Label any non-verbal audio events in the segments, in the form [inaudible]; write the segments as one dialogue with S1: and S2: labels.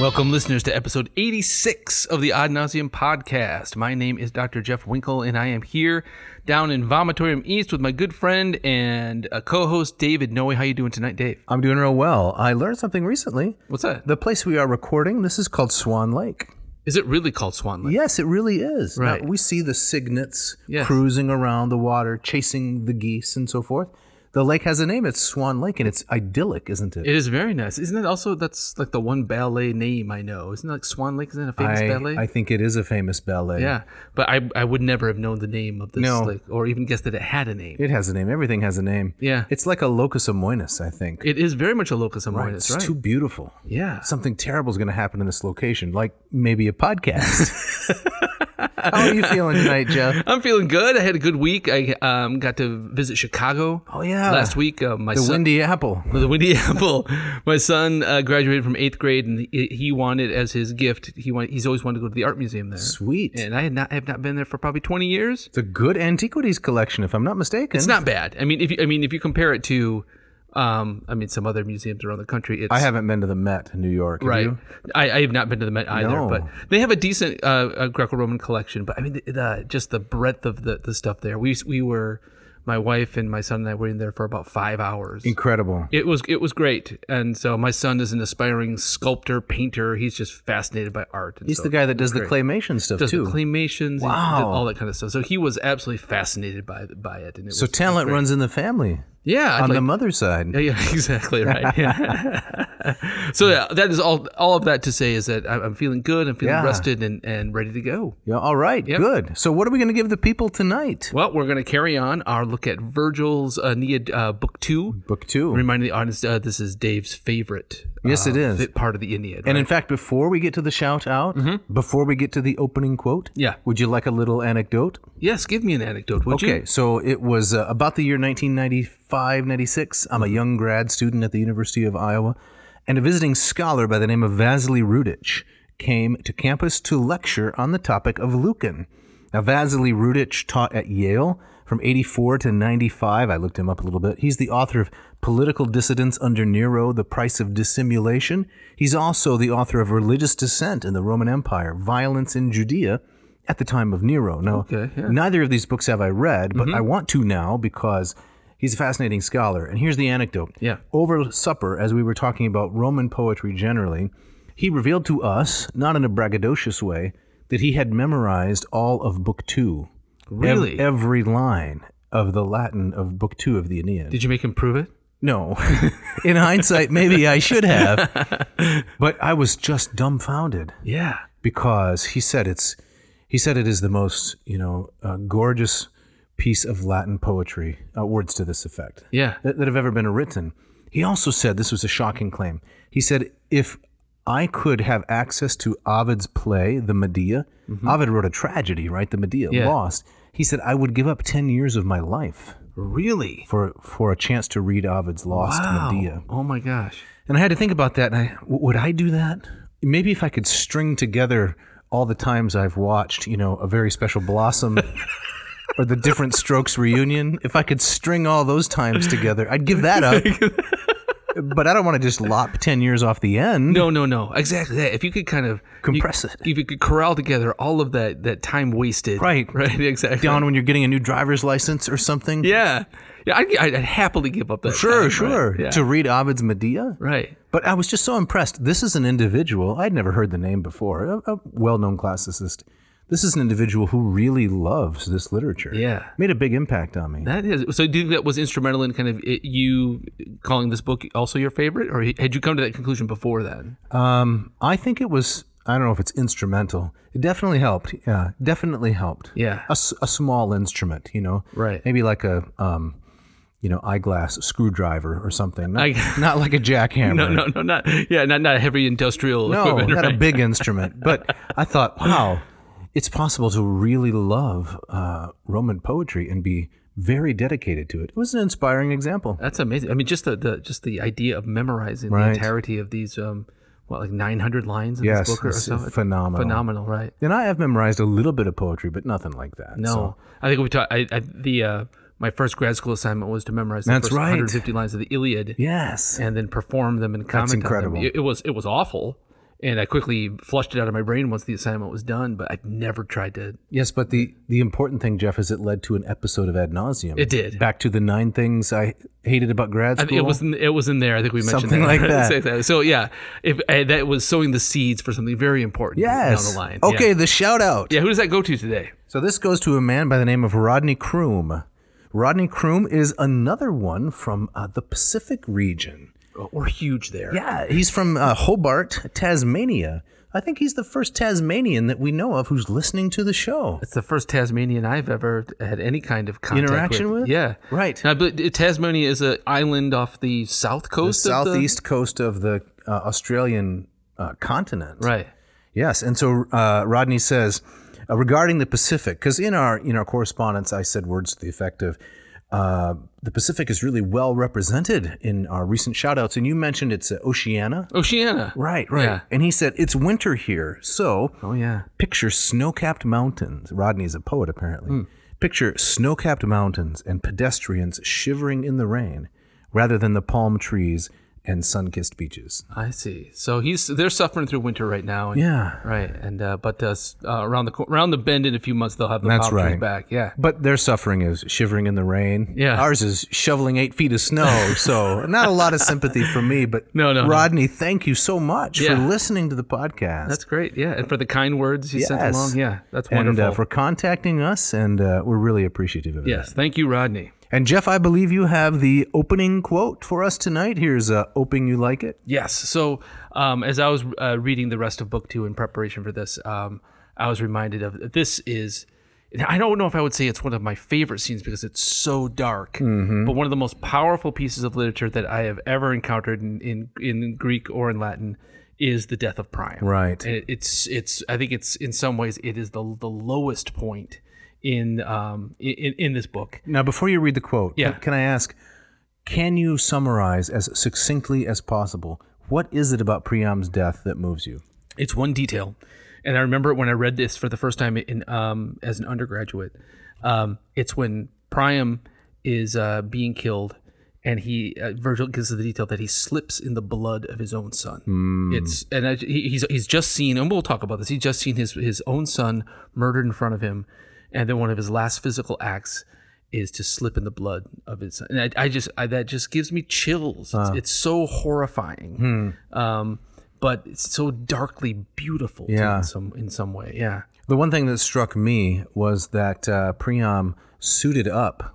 S1: Welcome, listeners, to episode 86 of the Ad Nauseum podcast. My name is Dr. Jeff Winkle, and I am here down in Vomitorium East with my good friend and a co-host, David Noe. How you doing tonight, Dave?
S2: I'm doing real well. I learned something recently.
S1: What's that? Is
S2: The place we are recording, this is called Swan Lake.
S1: it really called Swan Lake?
S2: Yes, it really is. Now,
S1: Right.
S2: we see the cygnets
S1: Yes.
S2: cruising around the water, chasing the geese and so forth. The lake has a name. It's Swan Lake, and it's idyllic, isn't it?
S1: It is very nice. Isn't it also, that's like the one ballet name I know. Isn't it like Swan Lake? Isn't it a famous
S2: I,
S1: ballet?
S2: I think it is a famous ballet.
S1: yeah, but I, I would never have known the name of this
S2: No.
S1: lake or even guessed that it had a name.
S2: It has a name. Everything has a name.
S1: Yeah.
S2: It's like a locus amoenus, I think.
S1: it is very much a locus amoenus,
S2: it's
S1: right?
S2: too beautiful.
S1: yeah.
S2: Something terrible is going to happen in this location, like maybe
S1: [laughs]
S2: a podcast. How are you feeling tonight, Jeff?
S1: I'm feeling good. I had a good week. I um, got to visit Chicago.
S2: Oh, yeah.
S1: last week. Uh, my
S2: The
S1: son,
S2: Windy Apple.
S1: the Windy [laughs] Apple. My son uh, graduated from eighth grade, and he, he wanted as his gift. He wanted, He's always wanted to go to the art museum there.
S2: Sweet.
S1: And I had not have not been there for probably 20 years.
S2: It's a good antiquities collection, if I'm not mistaken.
S1: It's not bad. I mean, if you, I mean if you compare it to, um, I mean some other museums around the country, it's
S2: I haven't been to the Met in New York. have
S1: Right.
S2: you?
S1: I, I have not been to the Met either,
S2: No.
S1: but they have a decent uh, uh, Greco-Roman collection. But I mean, the, the, just the breadth of the, the stuff there. We we were, my wife and my son and I were in there for about five hours.
S2: Incredible.
S1: It was it was great, and so my son is an aspiring sculptor painter. He's just fascinated by art. And
S2: He's
S1: so
S2: the guy that does the
S1: great.
S2: claymation stuff
S1: does
S2: too.
S1: the claymations,
S2: Wow.
S1: and all that kind of stuff. So he was absolutely fascinated by by it, and it
S2: so
S1: was
S2: talent
S1: great.
S2: runs in the family
S1: yeah I'd
S2: on
S1: like-
S2: the mother's side.
S1: yeah, yeah, [laughs] exactly
S2: [laughs]
S1: right. Yeah. so yeah, that is all. All of that to say is that I- I'm feeling good. I'm feeling
S2: Yeah.
S1: rested and, and ready to go.
S2: Yeah, all right. Good. So what are we going to give the people tonight?
S1: Well, we're going to carry on our look at Virgil's Aeneid uh, Book Two.
S2: Book two.
S1: Reminding the audience, uh, this is Dave's favorite.
S2: Yes,
S1: uh,
S2: it is.
S1: fi- part of the Aeneid.
S2: and
S1: right? Mm-hmm.
S2: in fact, before we get to the shout out, before we get to the opening quote,
S1: Yeah.
S2: would you like a little anecdote?
S1: yes, give me an anecdote, would
S2: Okay,
S1: you?
S2: so it was uh, about the year 1995, 96. I'm a
S1: Mm-hmm.
S2: young grad student at the University of Iowa, and a visiting scholar by the name of Vasily Rudich came to campus to lecture on the topic of Lucan. Now, Vasily Rudich taught at Yale from 84 to 95. I looked him up a little bit. He's the author of Political Dissidence Under Nero, The Price of Dissimulation. He's also the author of Religious Dissent in the Roman Empire, Violence in Judea at the time of Nero. Now,
S1: Okay, yeah. Mm-hmm.
S2: neither of these books have I read, but I want to now because he's a fascinating scholar. And here's the anecdote.
S1: Yeah.
S2: Over supper, as we were talking about Roman poetry generally, he revealed to us, not in a braggadocious way, that he had memorized all of Book Two. Ev-
S1: Really?
S2: every line of the Latin of Book Two of the Aeneid.
S1: Did you make him prove it?
S2: No. [laughs] in hindsight, maybe I
S1: [laughs]
S2: should have. But I was just dumbfounded
S1: Yeah.
S2: because he said it's he said it is the most you know uh, gorgeous piece of Latin poetry, uh, words to this effect,
S1: Yeah.
S2: that, that have ever been written. He also said this was a shocking claim. He said if I could have access to Ovid's play, The Medea, Ovid wrote a tragedy, right? The Medea,
S1: Mm-hmm. Yeah.
S2: Lost. He said I would give up ten years of my life
S1: Really?
S2: for for a chance to read Ovid's Lost
S1: Wow.
S2: Medea.
S1: Oh my gosh.
S2: And I had to think about that. And I, w- would I do that? Maybe if I could string together all the times I've watched, you know, a very special
S1: [laughs]
S2: blossom or the different strokes reunion, if I could string all those times together, I'd give that
S1: [laughs]
S2: up. but I don't want to just lop 10 years off the end.
S1: No, no, no. Exactly that. If you could kind of
S2: Compress
S1: you-
S2: it.
S1: if you could corral together all of that that time wasted.
S2: Right.
S1: [laughs] Right. Exactly.
S2: Down when you're getting a new driver's license or something.
S1: Yeah, yeah, I'd, I'd happily give up that. time,
S2: Sure,
S1: right?
S2: sure.
S1: Yeah.
S2: To read Ovid's Medea.
S1: right.
S2: But I was just so impressed. This is an individual. I'd never heard the name before, a, a well known classicist. This is an individual who really loves this literature.
S1: Yeah.
S2: Made a big impact on me.
S1: That is. So, do you think that was instrumental in kind of it, you calling this book also your favorite, or had you come to that conclusion before then?
S2: Um, I think it was, I don't know if it's instrumental. It definitely helped. Yeah, definitely helped.
S1: Yeah.
S2: A, s- a small instrument, you know?
S1: Right.
S2: Maybe like a, um, you know, eyeglass screwdriver or something. Not,
S1: I-
S2: not like a
S1: [laughs]
S2: jackhammer.
S1: No, no, no, not yeah, not not heavy industrial [laughs]
S2: No,
S1: equipment.
S2: not
S1: right? [laughs]
S2: a big instrument. But I thought, wow, it's possible to really love uh, Roman poetry and be very dedicated to it. It was an inspiring example.
S1: That's amazing. I mean, just the, the just the idea of memorizing the
S2: Right.
S1: entirety of these, um, what like nine hundred lines in
S2: Yes,
S1: this book or
S2: it's
S1: so.
S2: phenomenal.
S1: Phenomenal, right?
S2: And I have memorized a little bit of poetry, but nothing like that.
S1: No,
S2: so-
S1: Oh. I think we talked. I, I the uh, my first grad school assignment was to memorize the
S2: That's
S1: first
S2: right.
S1: 150 lines of the Iliad
S2: yes.
S1: and then perform them and comment
S2: incredible.
S1: on them. It, it was it was awful, and I quickly flushed it out of my brain once the assignment was done. But I've never tried to.
S2: Yes, but the the important thing, Jeff, is it led to an episode of ad nauseum.
S1: It did.
S2: Back to the nine things I hated about grad
S1: I
S2: school.
S1: think It was in, it was in there. I think we mentioned
S2: Something
S1: that. [laughs]
S2: like that.
S1: Exactly. So yeah, if uh, that was sowing the seeds for something very important
S2: yes.
S1: down the line.
S2: Okay,
S1: Yeah.
S2: the shout out.
S1: yeah. Who does that go to today?
S2: So this goes to a man by the name of Rodney Croom. Rodney Croom is another one from uh, the Pacific region.
S1: We're huge there.
S2: Yeah, he's from uh, Hobart, Tasmania. I think he's the first Tasmanian that we know of who's listening to the show.
S1: It's the first Tasmanian I've ever had any kind of contact
S2: Interaction with?
S1: Yeah,
S2: Right.
S1: Now, but Tasmania is an island off the south coast, of the-
S2: Southeast coast of the uh, Australian uh, continent.
S1: right?
S2: Yes, and so uh, Rodney says uh, regarding the Pacific, because in our in our correspondence, I said words to the effect of uh, the Pacific is really well represented in our recent shout-outs, and you mentioned it's uh, Oceania.
S1: Oceania.
S2: Right, right.
S1: Yeah.
S2: And he said it's winter here, so
S1: Oh yeah.
S2: picture snow-capped mountains. Rodney's a poet, apparently. Picture snow-capped mountains and pedestrians shivering in the rain, rather than the palm trees and sun-kissed beaches.
S1: I see. So he's they're suffering through winter right now. and-
S2: Yeah.
S1: Right. And uh, but uh, s- uh, around the cor- around the bend in a few months they'll have the
S2: That's
S1: palm trees
S2: right.
S1: back. Yeah.
S2: But their suffering is shivering in the rain.
S1: Yeah.
S2: Ours is shoveling eight feet of snow.
S1: [laughs]
S2: So not a lot of sympathy from me. But
S1: No, no, no.
S2: Rodney, thank you so much for
S1: Yeah.
S2: listening to the podcast.
S1: That's great. Yeah. And for the kind words you sent
S2: Yes.
S1: along. Yeah. That's
S2: and
S1: wonderful.
S2: uh, for contacting us, and uh, we're really appreciative of
S1: yes. Thank you, Rodney.
S2: that. And Jeff, I believe you have the opening quote for us tonight. Here's uh, "Hoping You Like It."
S1: Yes. So, um, as I was uh, reading the rest of book two in preparation for this, um, I was reminded of this is. I don't know if I would say it's one of my favorite scenes because it's so dark, but one of the most powerful pieces of literature that I have ever encountered in, in, in Greek or in Latin is the death of Priam.
S2: Right.
S1: And it- it's it's I think it's in some ways it is the the lowest point in um in, in this book.
S2: Now, before you read the quote,
S1: Yeah.
S2: can I ask? Can you summarize as succinctly as possible what is it about Priam's death that moves you?
S1: it's one detail and i remember when i read this for the first time in um, as an undergraduate um, it's when priam is uh, being killed and he uh, virgil gives us the detail that he slips in the blood of his own son it's and I, he, he's, he's just seen and we'll talk about this he's just seen his, his own son murdered in front of him and then one of his last physical acts is to slip in the blood of his son. And I, I just, I, that just gives me chills. It's, it's so horrifying. Um, but it's so darkly beautiful too,
S2: Yeah.
S1: in some, in some way. Yeah.
S2: The one thing that struck me was that uh, Priam suited up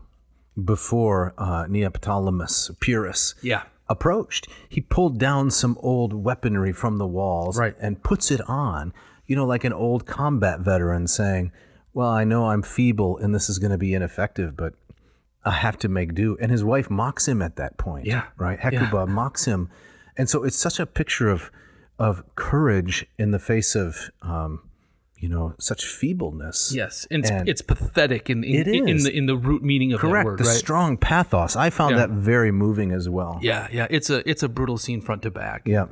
S2: before uh, Neoptolemus Pyrrhus
S1: Yeah.
S2: approached. He pulled down some old weaponry from the walls
S1: Right.
S2: and puts it on, you know, like an old combat veteran saying, Well, I know I'm feeble and this is going to be ineffective, but I have to make do. And his wife mocks him at that point.
S1: Yeah.
S2: Right? Hecuba mocks him. And so it's such a picture of of courage in the face of um, you know, such feebleness.
S1: Yes. And it's,
S2: And-
S1: it's pathetic in, in,
S2: It
S1: in,
S2: is.
S1: the, in the root meaning of
S2: Correct.
S1: that word.
S2: the
S1: right?
S2: strong pathos. I found that very moving as well.
S1: yeah. Yeah. It's a, it's a brutal scene front to back.
S2: Yeah.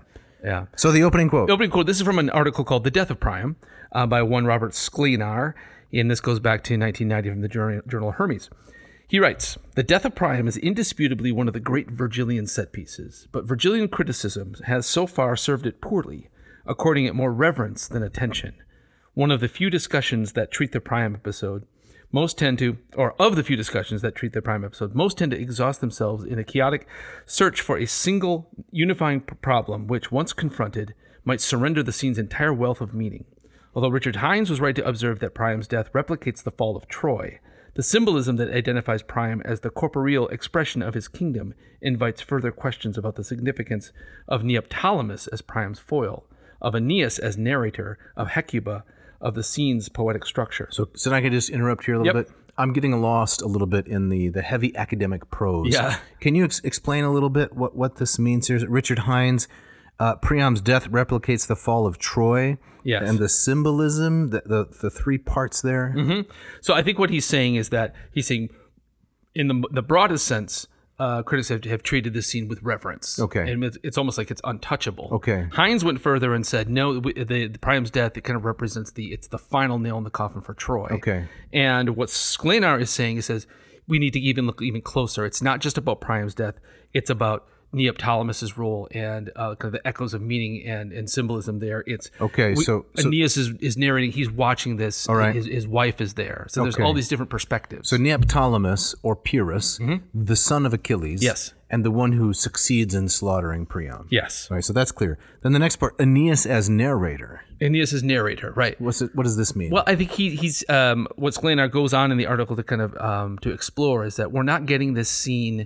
S1: Yeah.
S2: So the opening quote.
S1: opening quote. This is from an article called "The Death of Priam" uh, by one Robert Sklenar, and this goes back to 1990 from the journal, journal Hermes. He writes, "The death of Priam is indisputably one of the great Virgilian set pieces, but Virgilian criticism has so far served it poorly, according it more reverence than attention. One of the few discussions that treat the Priam episode." Most tend to, or of the few discussions that treat the Prime episode, most tend to exhaust themselves in a chaotic search for a single unifying p- problem, which, once confronted, might surrender the scene's entire wealth of meaning. Although Richard Hines was right to observe that Priam's death replicates the fall of Troy, the symbolism that identifies Priam as the corporeal expression of his kingdom invites further questions about the significance of Neoptolemus as Priam's foil, of Aeneas as narrator, of Hecuba, of the scene's poetic structure.
S2: So, so I can just interrupt here a little
S1: Yep.
S2: bit. I'm getting lost a little bit in the the heavy academic prose.
S1: Yeah.
S2: Can you ex- explain a little bit what what this means here? Richard Hines Uh, Priam's death replicates the fall of Troy.
S1: Yes.
S2: And the symbolism, the, the, the three parts there.
S1: Mm-hmm. So I think what he's saying is that he's saying, in the the broadest sense, uh, critics have, have treated this scene with reverence.
S2: Okay.
S1: and it's, it's almost like it's untouchable.
S2: Okay.
S1: Hines went further and said, no, w- the, the Priam's death it kind of represents the it's the final nail in the coffin for Troy.
S2: Okay.
S1: And what Sklenar is saying is says we need to even look even closer. It's not just about Priam's death; it's about Neoptolemus's role and uh, kind of the echoes of meaning and, and symbolism there. It's
S2: Okay,
S1: we-
S2: so- so-
S1: Aeneas is, is narrating; he's watching this. All
S2: right.
S1: His, his wife is there, so there's
S2: Okay.
S1: all these different perspectives.
S2: So Neoptolemus, or Pyrrhus, the son of Achilles.
S1: Mm-hmm. Yes.
S2: And the one who succeeds in slaughtering Priam.
S1: yes,
S2: All right, so that's clear. Then the next part, Aeneas as narrator.
S1: Aeneas is narrator, right?
S2: What's it, what does this mean?
S1: Well, I think he, he's um, what Sklenar goes on in the article to kind of um, to explore is that we're not getting this scene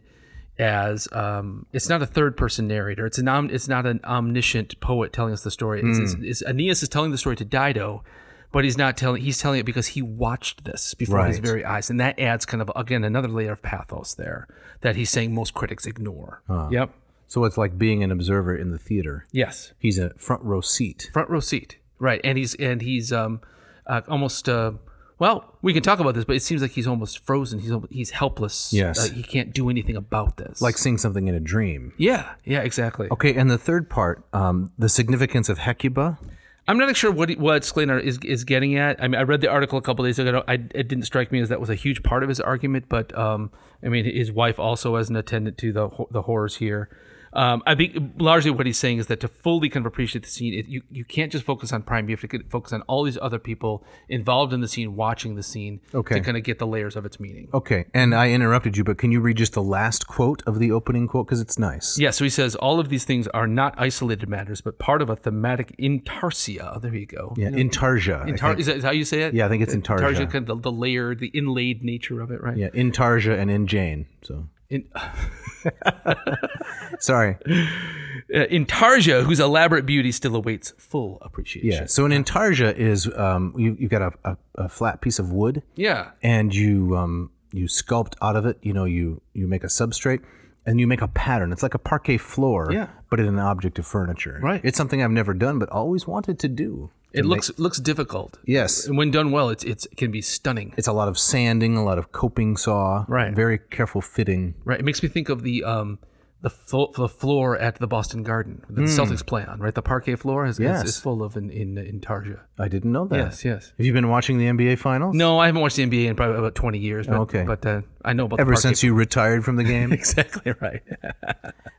S1: as um, it's not a third person narrator. It's an om- it's not an omniscient poet telling us the story. It's, it's, it's, Aeneas is telling the story to Dido, but he's not telling. He's telling it because he watched this before his
S2: Right.
S1: very eyes, and that adds kind of again another layer of pathos there that he's saying most critics ignore. Yep.
S2: so it's like being an observer in the theater.
S1: Yes.
S2: He's a front row seat.
S1: front row seat right and he's and he's um uh, almost uh well we can talk about this but it seems like he's almost frozen he's almost, he's helpless
S2: Yes.
S1: Uh, he can't do anything about this
S2: Like seeing something in a dream.
S1: yeah yeah exactly
S2: Okay, and the third part, um, the significance of Hecuba.
S1: i'm not sure what he- what Sklenar is is getting at i mean i read the article a couple days ago I, don't- I it didn't strike me as that was a huge part of his argument but um i mean his wife also as an attendant to the wh- the horrors here um, I think largely what he's saying is that to fully kind of appreciate the scene, it, you, you can't just focus on Prime. You have to get- focus on all these other people involved in the scene, watching the scene,
S2: Okay.
S1: to kind of get the layers of its meaning.
S2: Okay, and I interrupted you, but can you read just the last quote of the opening quote? Because it's nice.
S1: Yeah, so he says all of these things are not isolated matters, but part of a thematic intarsia. There you go.
S2: Yeah, intarsia. I
S1: Intar-
S2: think.
S1: is, that, is that how you say it?
S2: Yeah, I think it's intarsia.
S1: Intarsia, kind of the, the layered, the inlaid nature of it, right?
S2: Yeah, intarsia and in Jane. So
S1: In, [laughs]
S2: sorry.
S1: uh, intarsia, whose elaborate beauty still awaits full appreciation.
S2: Yeah. So an intarsia is um, you you've got a, a, a flat piece of wood
S1: Yeah.
S2: and you um, you sculpt out of it. You know, you you make a substrate and you make a pattern. It's like a parquet floor,
S1: Yeah.
S2: but in an object of furniture.
S1: Right.
S2: It's something I've never done, but always wanted to do.
S1: It looks looks difficult.
S2: Yes.
S1: And when done well, it's it's it can be stunning.
S2: It's a lot of sanding, a lot of coping saw.
S1: Right.
S2: Very careful fitting.
S1: Right. It makes me think of the um the fo- the floor at the Boston Garden that the Celtics play on, right? The parquet floor is, is-
S2: Hmm. Yes.
S1: is, full of in, in intarsia.
S2: I didn't know that.
S1: Yes, yes.
S2: Have you been watching the NBA finals?
S1: No, I haven't watched the NBA in probably about 20 years. But,
S2: Okay.
S1: But uh, I know about
S2: Ever
S1: the parquet-
S2: since you retired from the
S1: [laughs]
S2: game.
S1: Exactly right.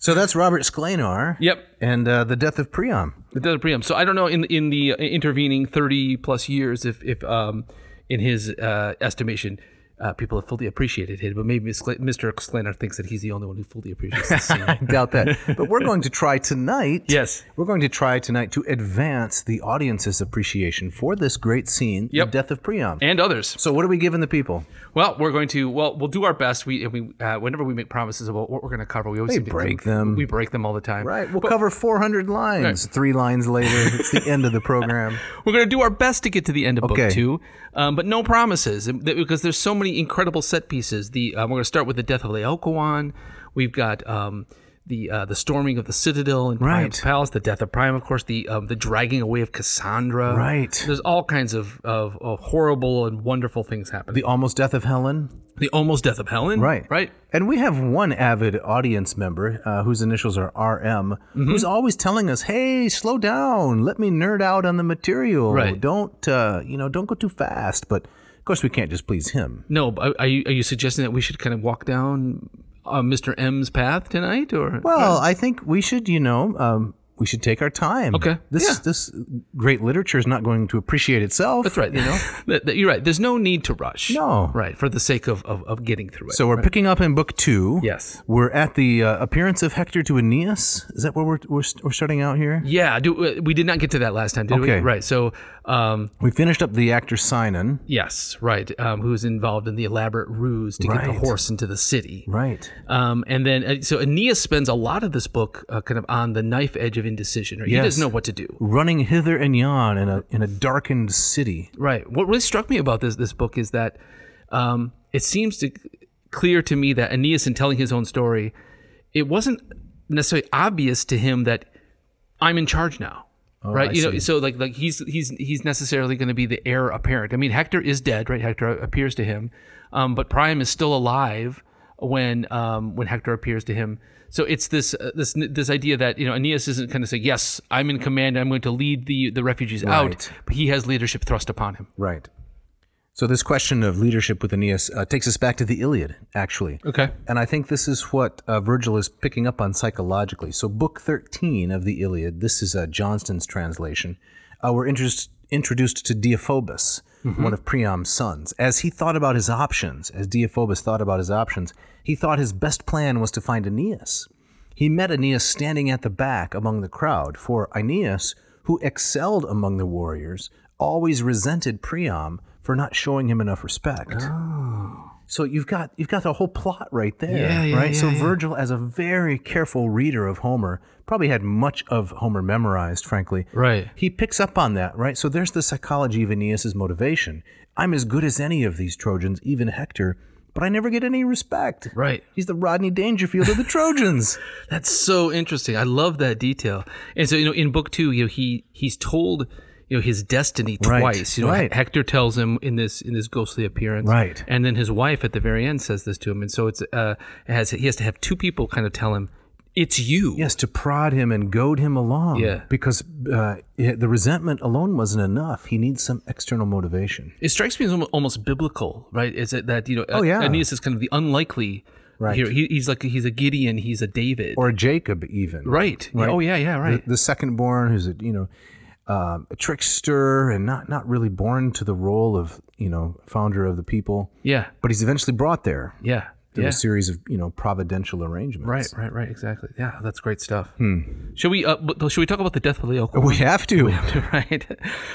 S2: so that's Robert Sklenar.
S1: Yep.
S2: And uh, the death of Priam.
S1: The Desert Priam. So I don't know in in the uh, intervening 30 plus years if if um in his uh, estimation. Uh, people have fully appreciated it, but maybe Miss Cla- Mr. Sklenar thinks that he's the only one who fully appreciates this
S2: [laughs]
S1: scene.
S2: Doubt that. but we're going to try tonight.
S1: [laughs] Yes.
S2: We're going to try tonight to advance the audience's appreciation for this great scene,
S1: Yep.
S2: the death of Priam.
S1: and others.
S2: so what are we giving the people?
S1: Well, we're going to well, we'll do our best. We, we uh, whenever we make promises about what we're going to cover, we always seem to-
S2: break them.
S1: We break them all the time.
S2: Right. We'll cover 400 lines. Three lines later. it's the end of
S1: [laughs]
S2: the program.
S1: We're going to do our best to get to the end of
S2: Okay.
S1: book two, um, but no promises and th- because there's so many incredible set pieces. The um, we're going to start with the death of Laocoon. We've got. Um, the, uh, the storming of the citadel and Priam's
S2: Right.
S1: palace, the death of Priam, of course, the um, the dragging away of Cassandra.
S2: Right.
S1: There's all kinds of, of, of horrible and wonderful things happening.
S2: The almost death of Helen.
S1: The, almost death of Helen.
S2: Right.
S1: Right.
S2: And we have one avid audience member uh, whose initials are RM
S1: Mm-hmm.
S2: who's always telling us, "Hey, slow down. Let me nerd out on the material.
S1: Right.
S2: Don't uh, you know, don't go too fast." But of course, we can't just please him.
S1: No, but are you, are you suggesting that we should kind of walk down uh, Mr. M's path tonight, or
S2: Well, I think we should, you know, um, we should take our time.
S1: Okay.
S2: This
S1: Yeah.
S2: this great literature is not going to appreciate itself.
S1: that's right. You know, [laughs] that, that- you're right. There's no need to rush.
S2: No.
S1: right for the sake of of, of getting through it.
S2: So we're picking up in book two.
S1: Yes.
S2: We're at the uh, appearance of Hector to Aeneas. Is that where we're, we're, we're starting out here?
S1: yeah, do, uh, we did not get to that last time, did
S2: Okay.
S1: we? Right. So, um,
S2: We finished up the actor Sinon.
S1: yes, right. Um, who's involved in the elaborate ruse to get
S2: Right.
S1: the horse into the city?
S2: Right.
S1: Um, and then, uh, so Aeneas spends a lot of this book uh, kind of on the knife edge of indecision. Right? He
S2: Yes.
S1: doesn't know what to do.
S2: running hither and yon in a in a darkened city.
S1: Right. What really struck me about this this book is that um, it seems to clear to me that Aeneas, in telling his own story, it wasn't necessarily obvious to him that I'm in charge now. right?
S2: Oh, I
S1: you know,
S2: see.
S1: so like like he's he's he's necessarily going to be the heir apparent. I mean, Hector is dead, right? Hector appears to him, um, but Priam is still alive when um, when Hector appears to him. So it's this uh, this this idea that you know Aeneas isn't kind of saying yes, I'm in command. I'm going to lead the the refugees out.
S2: Right.
S1: But he has leadership thrust upon him.
S2: Right. So this question of leadership with Aeneas uh, takes us back to the Iliad, actually.
S1: Okay.
S2: And I think this is what uh, Virgil is picking up on psychologically. So, Book 13 of the Iliad, this is uh, Johnston's translation, uh, we're interest, introduced to Deiphobus, one of Priam's sons. As he thought about his options, as Deiphobus thought about his options, he thought his best plan was to find Aeneas. He met Aeneas standing at the back among the crowd, for Aeneas, who excelled among the warriors, always resented Priam for not showing him enough respect. So you've got you've got the whole plot right there,
S1: Oh. Yeah, yeah,
S2: right?
S1: yeah,
S2: so
S1: yeah.
S2: Virgil, as a very careful reader of Homer, probably had much of Homer memorized, frankly.
S1: Right.
S2: He picks up on that, right? So there's the psychology of Aeneas's motivation. I'm as good as any of these Trojans, even Hector, but I never get any respect.
S1: Right.
S2: He's the Rodney Dangerfield of
S1: [laughs]
S2: the Trojans.
S1: That's so interesting. I love that detail. And so, you know, in book two, you know, he he's told, you know, his destiny
S2: Right,
S1: twice. You know,
S2: right.
S1: Hector tells him in this in this ghostly appearance,
S2: Right.
S1: And then his wife at the very end says this to him, and so it's uh, it has he has to have two people kind of tell him, it's you.
S2: Yes, to prod him and goad him along.
S1: Yeah.
S2: Because uh, the resentment alone wasn't enough. He needs some external motivation.
S1: It strikes me as almo- almost biblical, right? Is it that you know?
S2: Oh, yeah.
S1: Aeneas is kind of the unlikely.
S2: Right.
S1: Here, he, he's like he's a Gideon, he's a David.
S2: Or Jacob, even.
S1: right.
S2: Right.
S1: Oh yeah, yeah, right.
S2: the, the second born who's a you know um, a trickster and not not really born to the role of you know founder of the people
S1: yeah.
S2: but he's eventually brought there
S1: Yeah.
S2: through
S1: yeah.
S2: a series of you know providential arrangements
S1: Right, right, right. Exactly. Yeah, that's great stuff. Should we? Uh, but- should we talk about the death of Leocal?
S2: we have to
S1: [laughs] right.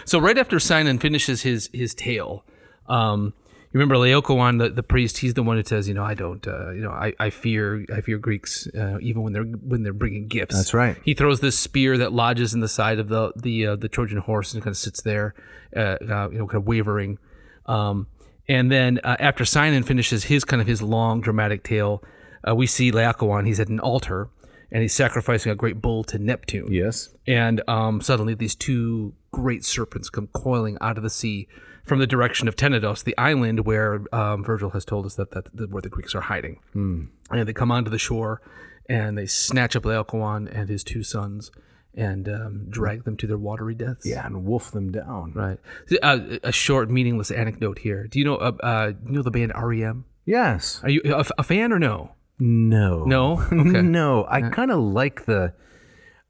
S1: So right after Sinon finishes his his tale, um, you remember Laocoon, the, the priest. He's the one that says, you know, I don't, uh, you know, I, I fear I fear Greeks, uh, even when they're when they're bringing gifts.
S2: That's right.
S1: He throws this spear that lodges in the side of the the uh, the Trojan horse and kind of sits there, uh, uh, you know, kind of wavering. Um, and then uh, after Sinon finishes his kind of his long dramatic tale, uh, we see Laocoon. He's at an altar. And he's sacrificing a great bull to Neptune
S2: yes
S1: and um, suddenly these two great serpents come coiling out of the sea from the direction of Tenedos, the island where um, Virgil has told us that, that, that where the Greeks are hiding.
S2: Hmm.
S1: And they come onto the shore, and they snatch up Laocoon and his two sons, and um, drag them to their watery deaths.
S2: yeah and wolf them down
S1: Right. Uh, a short, meaningless anecdote here. Do you know? Uh, uh, you know the band REM?
S2: yes
S1: Are you a, a fan or no?
S2: no [laughs]
S1: No. Okay.
S2: no i kind of like the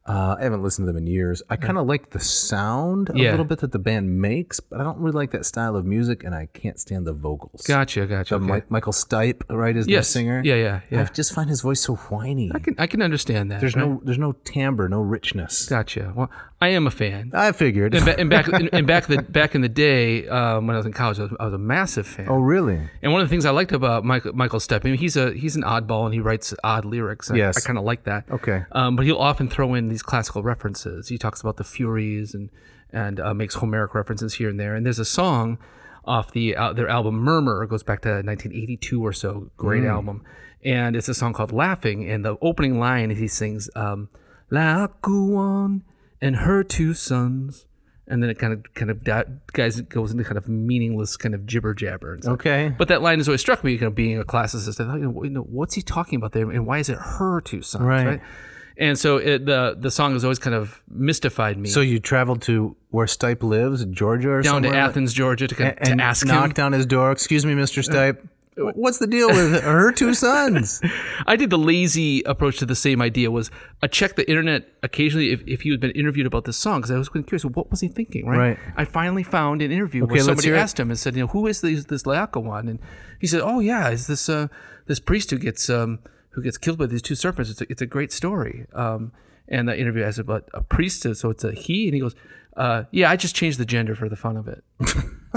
S2: uh, I haven't listened to them in years. I kind of like the sound a
S1: Yeah.
S2: little bit that the band makes, but I don't really like that style of music, and I can't stand the vocals.
S1: Gotcha. Gotcha.
S2: The
S1: okay.
S2: Mi- Michael Stipe, right, is
S1: yes.
S2: the singer.
S1: Yeah. Yeah. Yeah.
S2: I just find his voice so whiny.
S1: I can. I can understand that.
S2: there's
S1: right?
S2: no there's no timbre, no richness.
S1: Gotcha. Well, I am a fan.
S2: I figured.
S1: And, ba- and back and, and back the back in the day um, when I was in college, I was, I was a massive fan.
S2: [laughs] oh, really?
S1: And one of the things I liked about Michael Michael Stepp, I mean, he's a he's an oddball and he writes odd lyrics. and I-
S2: Yes.
S1: I, kind of like that.
S2: Okay.
S1: Um, but he'll often throw in these classical references. He talks about the Furies and and uh, makes Homeric references here and there. And there's a song off the uh, their album Murmur. It goes back to 1982 or so.
S2: Mm.
S1: Great album. And it's a song called Laughing. And the opening line is he sings um, Laocoon and her two sons. And then it kind of kind of di- guys it goes into kind of meaningless kind of jibber jabber. It's like,
S2: Okay.
S1: but that line has always struck me, you know, being a classicist. I thought, you know, you know, what's he talking about there, and why is it her two sons, right?
S2: Right.
S1: And so it, the the song has always kind of mystified me.
S2: So you traveled to where Stipe lives, Georgia, or
S1: down to
S2: somewhere
S1: Athens, Georgia, to kind of,
S2: and, and
S1: to ask
S2: knocked
S1: him. Uh,
S2: down his door. Excuse me, Mister Stipe. What's the deal with her
S1: [laughs]
S2: two sons?
S1: I did the lazy approach to the same idea. Was I checked the internet occasionally if, if he had been interviewed about this song because I was kind of curious. What was he thinking, right?
S2: Right.
S1: I finally found an interview
S2: Okay,
S1: where
S2: let's
S1: somebody
S2: hear it.
S1: asked him and said, you know, who is this, this Laocoon? And he said, oh yeah, it's this uh, this priest who gets um, who gets killed by these two serpents. It's a, it's a great story. Um, and the interview asked about a priest, so it's a he, and he goes, uh, yeah, I just changed the gender for the fun of it.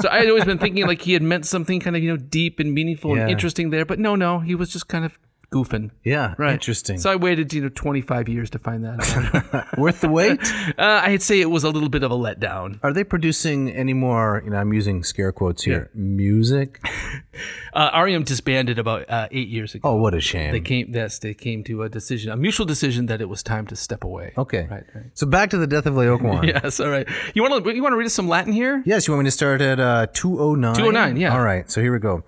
S1: so I had always been thinking like he had meant something kind of you know deep and meaningful and
S2: Yeah.
S1: interesting there, but no, no, he was just kind of goofing.
S2: Yeah,
S1: Right.
S2: interesting.
S1: So I waited, you know, 25 years to find that out. [laughs]
S2: Worth the wait?
S1: uh, I'd say it was a little bit of a letdown.
S2: Are they producing any more? You know, I'm using scare quotes here. Music.
S1: Uh, REM disbanded about uh, eight years ago.
S2: Oh, what a shame.
S1: They came. Yes, they came to a decision, a mutual decision that it was time to step away.
S2: okay.
S1: Right. right.
S2: So back to the death of Laocoon.
S1: [laughs] Yes. All right. You want to? You want to read us some Latin here?
S2: Yes, you want me to start at uh, 209?
S1: 209, yeah.
S2: All right, so here we go.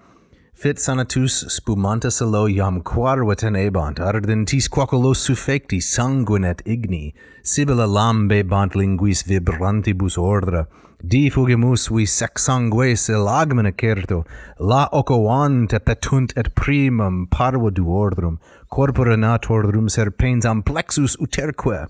S2: Fit sanatus spumantis elo iam quarvet tenebant, ardentis quaculos suffecti sanguinet igni, sibilla lambebant linguis vibrantibus ordra, di fugimus vi sexangues ilagmina certo, la ocoante petunt et primum parvo duordrum, corpora natordrum serpens amplexus uterque,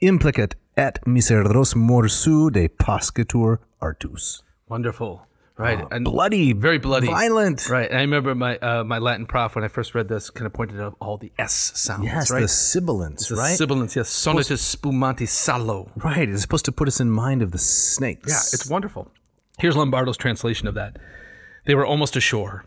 S2: implicet et miseros morsu de pascitur artus.
S1: Wonderful. Right. and
S2: Bloody,
S1: Very bloody.
S2: violent.
S1: Right. And I remember my uh, my Latin prof when I first read this kind of pointed out all the S sounds.
S2: Yes,
S1: Right.
S2: the sibilants,
S1: The
S2: right?
S1: Sibilants. Yes. Sonatus spumanti salo.
S2: right, it's supposed to put us in mind of the snakes.
S1: Yeah, it's wonderful. Here's Lombardo's translation of that. They were almost ashore.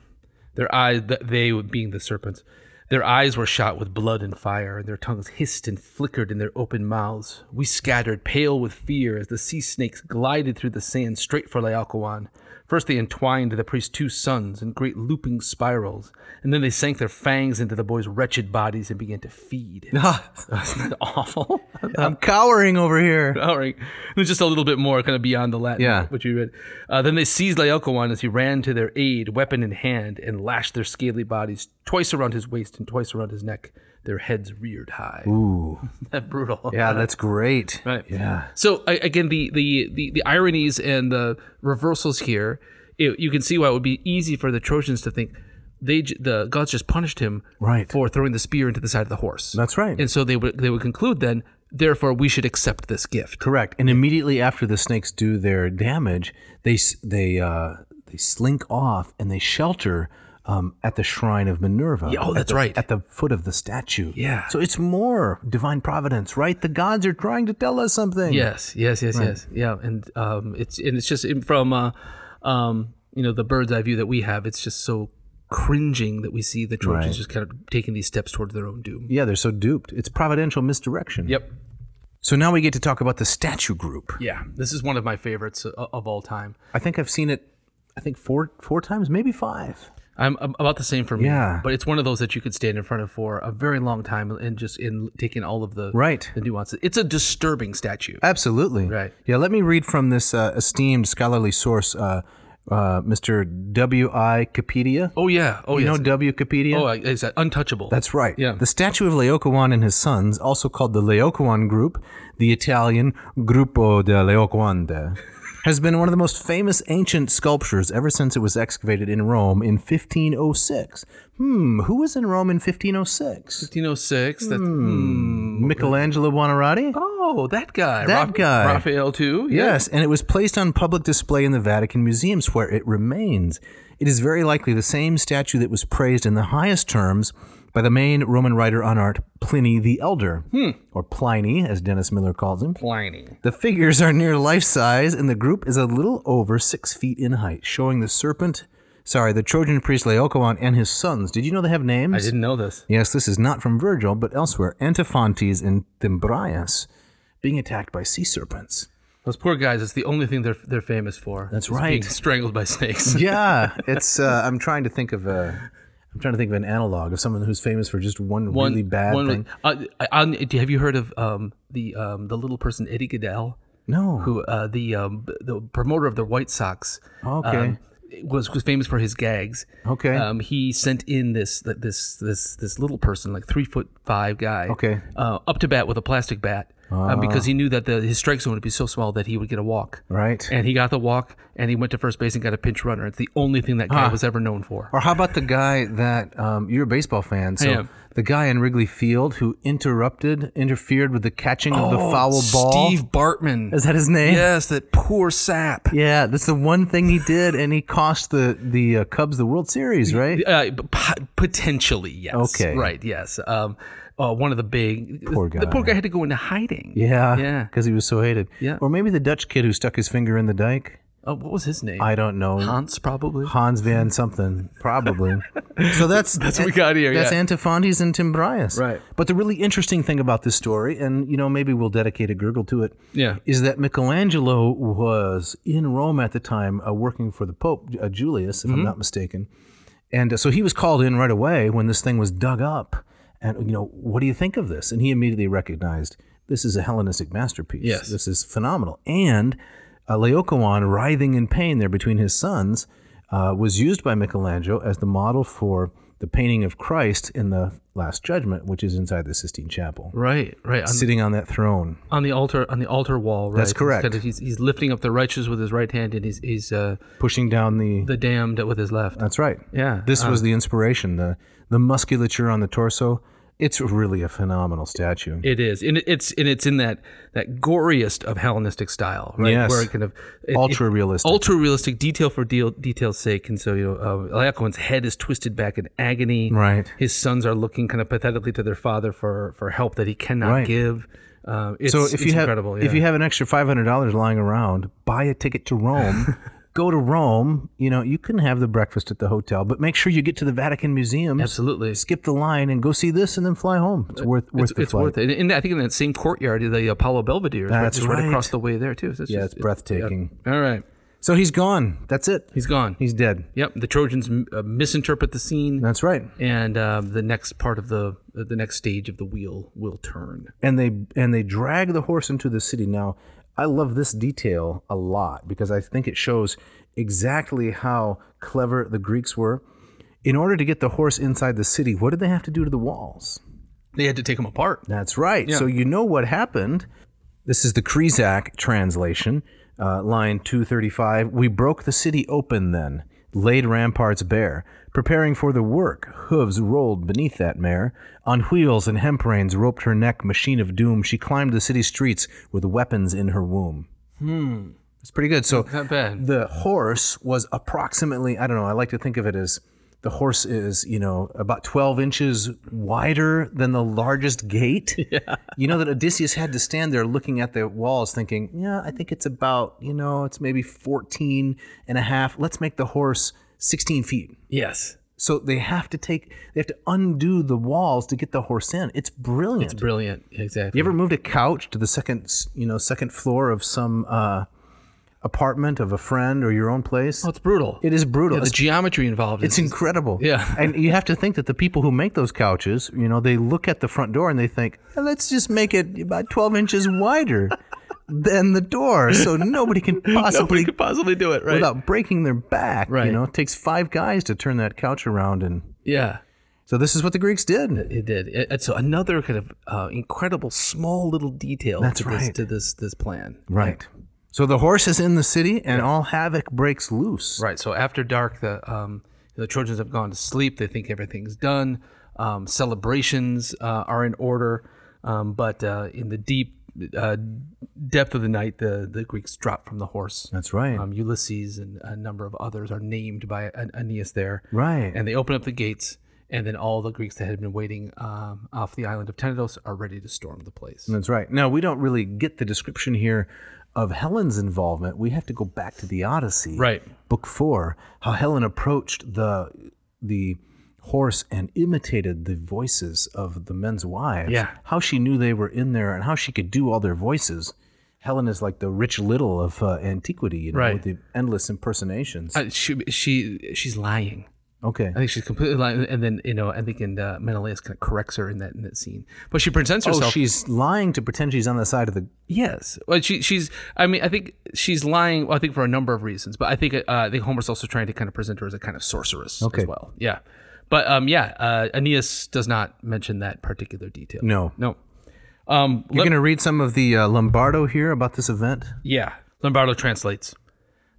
S1: Their eyes, th- they being the serpents, their eyes were shot with blood and fire, and their tongues hissed and flickered in their open mouths. We scattered, pale with fear, as the sea snakes glided through the sand straight for Laocoon. First, they entwined the priest's two sons in great looping spirals, and then they sank their fangs into the boy's wretched bodies and began to [laughs] feed. Isn't that [laughs] awful?
S2: I'm cowering over here.
S1: All right. And [laughs] just a little bit more kind of beyond the Latin,
S2: Yeah.
S1: which we read. Uh, then they seized Laocoon as he ran to their aid, weapon in hand, and lashed their scaly bodies twice around his waist and twice around his neck, their heads reared high.
S2: Ooh.
S1: [laughs] that brutal.
S2: Yeah, that's great.
S1: Right.
S2: Yeah.
S1: So I, again, the, the the the ironies and the reversals here, it, you can see why it would be easy for the Trojans to think they j- the gods just punished him
S2: Right.
S1: for throwing the spear into the side of the horse.
S2: That's right.
S1: And so they would they would conclude then, therefore we should accept this gift.
S2: Correct. And immediately after the snakes do their damage, they s- they uh, they slink off and they shelter um, at the shrine of Minerva.
S1: Yeah, oh,
S2: at
S1: that's
S2: the-
S1: right.
S2: At the foot of the statue.
S1: Yeah.
S2: So it's more divine providence, right? The gods are trying to tell us something.
S1: Yes, yes, yes, yes. Yeah, and um, it's and it's just in- from uh, um, you know the bird's eye view that we have. It's just so cringing that we see the Trojans
S2: Right.
S1: just kind of taking these steps towards their own doom.
S2: Yeah, they're so duped. It's providential misdirection.
S1: Yep.
S2: So now we get to talk about the statue group.
S1: Yeah, this is one of my favorites of, of all time.
S2: I think I've seen it. I think four four times, maybe five.
S1: I'm, I'm about the same for me.
S2: Yeah.
S1: But it's one of those that you could stand in front of for a very long time and just in taking all of the
S2: Right.
S1: the nuances. It's a disturbing statue.
S2: Absolutely.
S1: Right.
S2: Yeah. Let me read from this uh, esteemed scholarly source, uh, uh, Mr. W. I. Capedia.
S1: Oh yeah. Oh
S2: you
S1: yeah.
S2: know W. Capedia.
S1: oh, is that untouchable?
S2: That's right.
S1: Yeah.
S2: The statue of Laocoon and his sons, also called the Laocoon Group, the Italian Gruppo
S1: [laughs]
S2: de Laocoonte, has been one of the most famous ancient sculptures ever since it was excavated in Rome in 1506. Hmm, who was in Rome in 1506?
S1: 1506. That's hmm.
S2: Michelangelo Buonarroti?
S1: oh that guy.
S2: That
S1: Raph-
S2: guy.
S1: Raphael too. Yeah.
S2: Yes, and it was placed on public display in the Vatican museums where it remains. It is very likely the same statue that was praised in the highest terms by the main Roman writer on art, Pliny the Elder,
S1: Hmm.
S2: or Pliny, as Dennis Miller calls him.
S1: Pliny.
S2: The figures are near life size, and the group is a little over six feet in height, showing the serpent, sorry, the Trojan priest Laocoon and his sons. Did you know they have names?
S1: I didn't know this.
S2: Yes, this is not from Virgil, but elsewhere. Antiphantes and Thymbraeus being attacked by sea serpents.
S1: Those poor guys. It's the only thing they're they're famous for.
S2: That's
S1: is being
S2: right.
S1: strangled by
S2: [laughs]
S1: snakes.
S2: yeah, it's. Uh, I'm trying to think of a. I'm trying to think of an analog of someone who's famous for just
S1: [laughs]
S2: one,
S1: One-
S2: really bad
S1: one-
S2: thing.
S1: Uh, on, have you heard of um, the um, the little person Eddie Goodell?
S2: No.
S1: who uh, the um, the promoter of the White Sox.
S2: Okay.
S1: um, was was famous for his gags.
S2: Okay.
S1: Um, he sent in this this this this little person, like three foot five guy.
S2: Okay. Ah.
S1: Uh, up to bat with a plastic bat, um, because he knew that the his strike zone would be so small that he would get a walk.
S2: right.
S1: And he got the walk, and he went to first base and got a pinch runner. It's the only thing that guy was ever known for.
S2: or how about the guy that um, you're a baseball fan? So
S1: am.
S2: the guy in Wrigley Field who interrupted, interfered with the catching of the foul ball.
S1: Oh, Steve Bartman.
S2: Is that his name?
S1: Yes, that poor sap.
S2: Yeah, that's the one thing he did, and he cost the the uh, Cubs the World Series, right?
S1: Uh, p- p- potentially, yes.
S2: Okay.
S1: Right, yes. Um, uh, one of the big.
S2: Poor
S1: The poor
S2: guy.
S1: guy had to go into hiding.
S2: Yeah,
S1: Yeah.
S2: because he was so hated.
S1: Yeah.
S2: or maybe the Dutch kid who stuck his finger in the dike.
S1: Uh, what was his name?
S2: I don't know.
S1: Hans, probably.
S2: Hans Van something, probably. so that's
S1: [laughs] That's what we got here,
S2: That's
S1: yeah.
S2: Antifontes and Timbrius.
S1: Right.
S2: But the really interesting thing about this story, and you know, maybe we'll dedicate a gurgle to it,
S1: Yeah.
S2: is that Michelangelo was in Rome at the time, uh, working for the Pope uh, Julius,
S1: Mm-hmm.
S2: if I'm not mistaken, and uh, so he was called in right away when this thing was dug up, and you know, what do you think of this? And he immediately recognized this is a Hellenistic masterpiece.
S1: Yes.
S2: This is phenomenal. And uh, Laocoon, writhing in pain there between his sons, uh, was used by Michelangelo as the model for the painting of Christ in the Last Judgment, which is inside the Sistine Chapel,
S1: Right, right. On,
S2: sitting on that throne.
S1: on the altar, on the altar wall. Right.
S2: That's correct.
S1: Instead of- he's, he's lifting up the righteous with his right hand, and he's he's uh,
S2: pushing down the.
S1: the damned with his left.
S2: that's right.
S1: Yeah.
S2: This was the inspiration. the The musculature on the torso. It's really a phenomenal statue.
S1: It is, and it- it's and it's in that that goriest of Hellenistic style, right?
S2: Yes.
S1: Where it kind of it-
S2: Ultra
S1: it-
S2: realistic.
S1: ultra realistic detail for deal, detail's sake, and so you know, uh, Laocoon's head is twisted back in agony.
S2: Right.
S1: His sons are looking kind of pathetically to their father for for help that he cannot
S2: Right.
S1: give. Uh, it's,
S2: so if
S1: it's
S2: you have
S1: incredible. yeah.
S2: if you have an extra five hundred dollars lying around, buy a ticket
S1: [laughs]
S2: to Rome. go to Rome. You know you can have the breakfast at the hotel, but make sure you get to the Vatican Museum.
S1: absolutely.
S2: Skip the line and go see this, and then fly home. It's worth worth
S1: It's,
S2: the
S1: it's
S2: flight.
S1: worth it. And, and I think in that same courtyard, the uh, Apollo Belvedere is right,
S2: That's
S1: just right.
S2: right.
S1: across the way there, too. So
S2: Yeah,
S1: just-
S2: it's breathtaking.
S1: All right.
S2: So he's gone. That's it.
S1: He's gone.
S2: He's dead.
S1: yep. The Trojans uh, misinterpret the scene.
S2: That's right.
S1: and um, the next part of the the next stage of the wheel will turn.
S2: and they and they drag the horse into the city now i love this detail a lot because i think it shows exactly how clever the greeks were in order to get the horse inside the city what did they have to do to the walls
S1: They had to take them apart.
S2: that's right so you know what happened this is the Kresak translation, uh, line 235. We broke the city open then, laid ramparts bare, preparing for the work. Hooves rolled beneath that mare. On wheels and hemp reins roped her neck, machine of doom. She climbed the city streets with weapons in her womb. Hmm. It's pretty good. So
S1: Not bad.
S2: the horse was approximately, I don't know, I like to think of it as the horse is, you know, about 12 inches wider than the largest gate.
S1: [laughs]
S2: Yeah. You know that Odysseus had to stand there looking at the walls thinking, yeah, I think it's about, you know, it's maybe 14 and a half. Let's make the horse 16 feet.
S1: Yes,
S2: So they have to take, they have to undo the walls to get the horse in. It's
S1: it's
S2: brilliant.
S1: brilliant. Exactly.
S2: You ever moved a couch to the second, you know, second floor of some uh, apartment of a friend or your own place?
S1: oh, it's brutal.
S2: It is brutal.
S1: Yeah, the
S2: it's,
S1: geometry involved.
S2: it's
S1: is-
S2: incredible.
S1: Yeah.
S2: [laughs] and you have to think that the people who make those couches, you know, they look at the front door and they think, "Eh, let's just make it about 12 inches wider [laughs] than the door so nobody can
S1: [laughs]
S2: possibly,
S1: nobody could possibly do it right.
S2: without breaking their back.
S1: Right.
S2: You know, it takes five guys to turn that couch around. And
S1: yeah.
S2: so this is what the Greeks did.
S1: It did. It- it's another kind of uh, incredible small little detail
S2: That's
S1: to, this,
S2: right.
S1: to this this plan.
S2: Right. So the horse is in the city and all havoc breaks loose.
S1: Right. So after dark, the um, the Trojans have gone to sleep. They think everything's done. Um, celebrations uh, are in order, um, but uh, in the deep uh, depth of the night, the the Greeks drop from the horse.
S2: That's right.
S1: Um, Ulysses and a number of others are named by An- Aeneas there.
S2: right.
S1: And they open up the gates, and then all the Greeks that had been waiting um, off the island of Tenedos are ready to storm the place.
S2: That's right. Now, we don't really get the description here of Helen's involvement. We have to go back to the Odyssey.
S1: Right.
S2: Book 4, how Helen approached the the horse and imitated the voices of the men's wives.
S1: Yeah.
S2: How she knew they were in there and how she could do all their voices. Helen is like the rich little of uh, antiquity, you know,
S1: Right.
S2: with the endless impersonations.
S1: Uh, she she she's lying.
S2: okay.
S1: I think she's completely lying, and then you know, I think and uh, Menelaus kind of corrects her in that in that scene. But she presents herself.
S2: Oh, she's lying to pretend she's on the side of the
S1: yes, well, she, she's. I mean, I think she's lying. Well, I think for a number of reasons, but I think uh, I think Homer's also trying to kind of present her as a kind of sorceress
S2: Okay.
S1: as well. Yeah, but um, yeah, uh, Aeneas does not mention that particular detail.
S2: No.
S1: no. Um,
S2: You're going to read some of the uh, Lombardo here about this event?
S1: Yeah. Lombardo translates.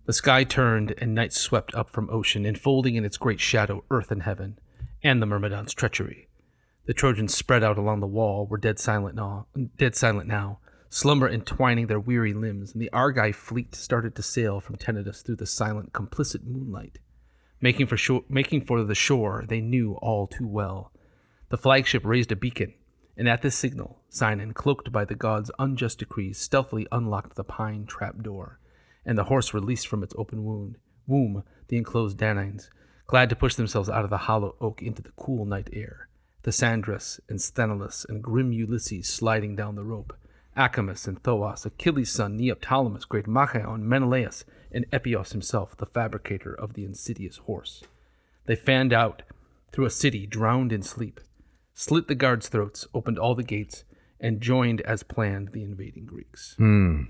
S1: The sky turned and night swept up from ocean, enfolding in its great shadow earth and heaven, and the Myrmidon's treachery. The Trojans spread out along the wall were dead silent now, dead silent now, slumber entwining their weary limbs, and the Argive fleet started to sail from Tenedos through the silent, complicit moonlight. Making for, shore, making for the shore, they knew all too well. The flagship raised a beacon, and at this signal, Sinon, cloaked by the god's unjust decrees, stealthily unlocked the pine trap door. and the horse released from its open wound, womb the enclosed Danines, glad to push themselves out of the hollow oak into the cool night air. Thisandrus and Sthenelus and grim Ulysses sliding down the rope, Acamas and Thoas, Achilles' son Neoptolemus, great Machaon, Menelaus, and Epios himself, the fabricator of the insidious horse. They fanned out through a city drowned in sleep, slit the guards' throats, opened all the gates, and joined as planned the invading Greeks.
S2: Hmm.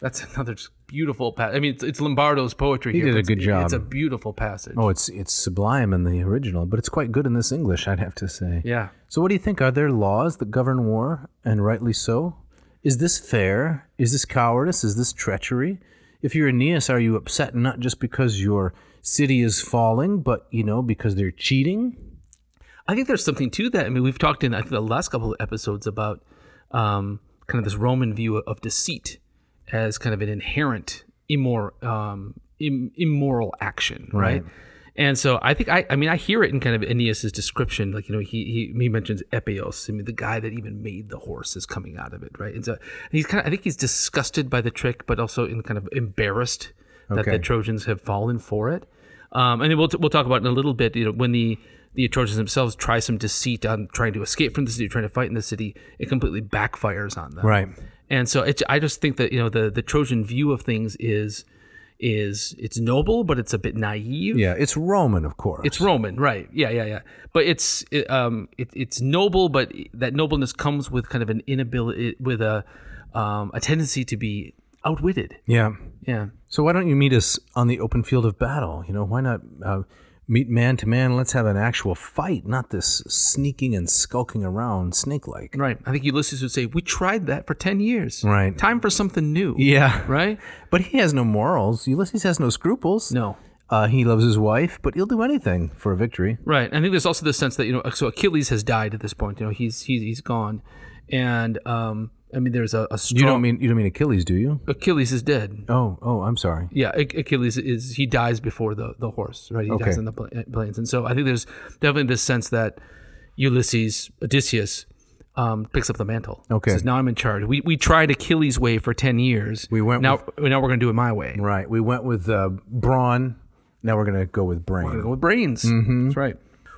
S1: That's [laughs] another just beautiful passage. I mean, it's, it's Lombardo's poetry.
S2: He
S1: here,
S2: did
S1: but
S2: a
S1: it's-
S2: good job.
S1: It's a beautiful passage.
S2: Oh, it's it's sublime in the original, but it's quite good in this English, I'd have to say.
S1: yeah.
S2: So, what do you think? Are there laws that govern war, and rightly so? Is this fair? Is this cowardice? Is this treachery? If you're Aeneas, are you upset not just because your city is falling, but you know because they're cheating?
S1: I think there's something to that. I mean, we've talked in I think the last couple of episodes about um, kind of this Roman view of deceit as kind of an inherent immor- um, Im- immoral action, right? And so I think I, I mean I hear it in kind of Aeneas's description, like you know he he, he mentions Epios, I mean the guy that even made the horse is coming out of it, right? And so he's kind of I think he's disgusted by the trick, but also in kind of embarrassed that the
S2: Okay.
S1: Trojans have fallen for it. Um, and then we'll, t- we'll talk about in a little bit, you know, when the, the Trojans themselves try some deceit on trying to escape from the city, trying to fight in the city, it completely backfires on them.
S2: Right.
S1: And so it, I just think that, you know, the, the Trojan view of things is, is it's noble, but it's a bit naive.
S2: Yeah, it's Roman, of course.
S1: It's Roman, right? Yeah, yeah, yeah. But it's it, um, it, it's noble, but that nobleness comes with kind of an inability, with a um, a tendency to be outwitted.
S2: yeah.
S1: Yeah.
S2: So why don't you meet us on the open field of battle? You know, why not uh, meet man to man? Let's have an actual fight, not this sneaking and skulking around, snake-like.
S1: Right. I think Ulysses would say, We tried that for 10 years.
S2: Right.
S1: Time for something new.
S2: Yeah.
S1: Right?
S2: But he has no morals. Ulysses has no scruples.
S1: No.
S2: Uh, he loves his wife, but he'll do anything for a victory.
S1: Right. I think there's also the sense that, you know, so Achilles has died at this point. You know, he's he's, he's gone. And, um, I mean, there's a, a strong.
S2: You don't mean you don't mean Achilles, do you?
S1: Achilles is dead.
S2: Oh, oh, I'm sorry.
S1: Yeah, Ach- Achilles is he dies before the the horse, right? He dies
S2: Okay.
S1: in the pla- plains, and so I think there's definitely this sense that Ulysses, Odysseus, um, picks up the mantle.
S2: Okay.
S1: says now I'm in charge. We, we tried Achilles' way for ten years.
S2: We went
S1: now. now we're gonna do it my way.
S2: Right. We went with uh, Brawn. Now we're gonna go with Brain.
S1: Gotta go with brains.
S2: Mm-hmm.
S1: That's right.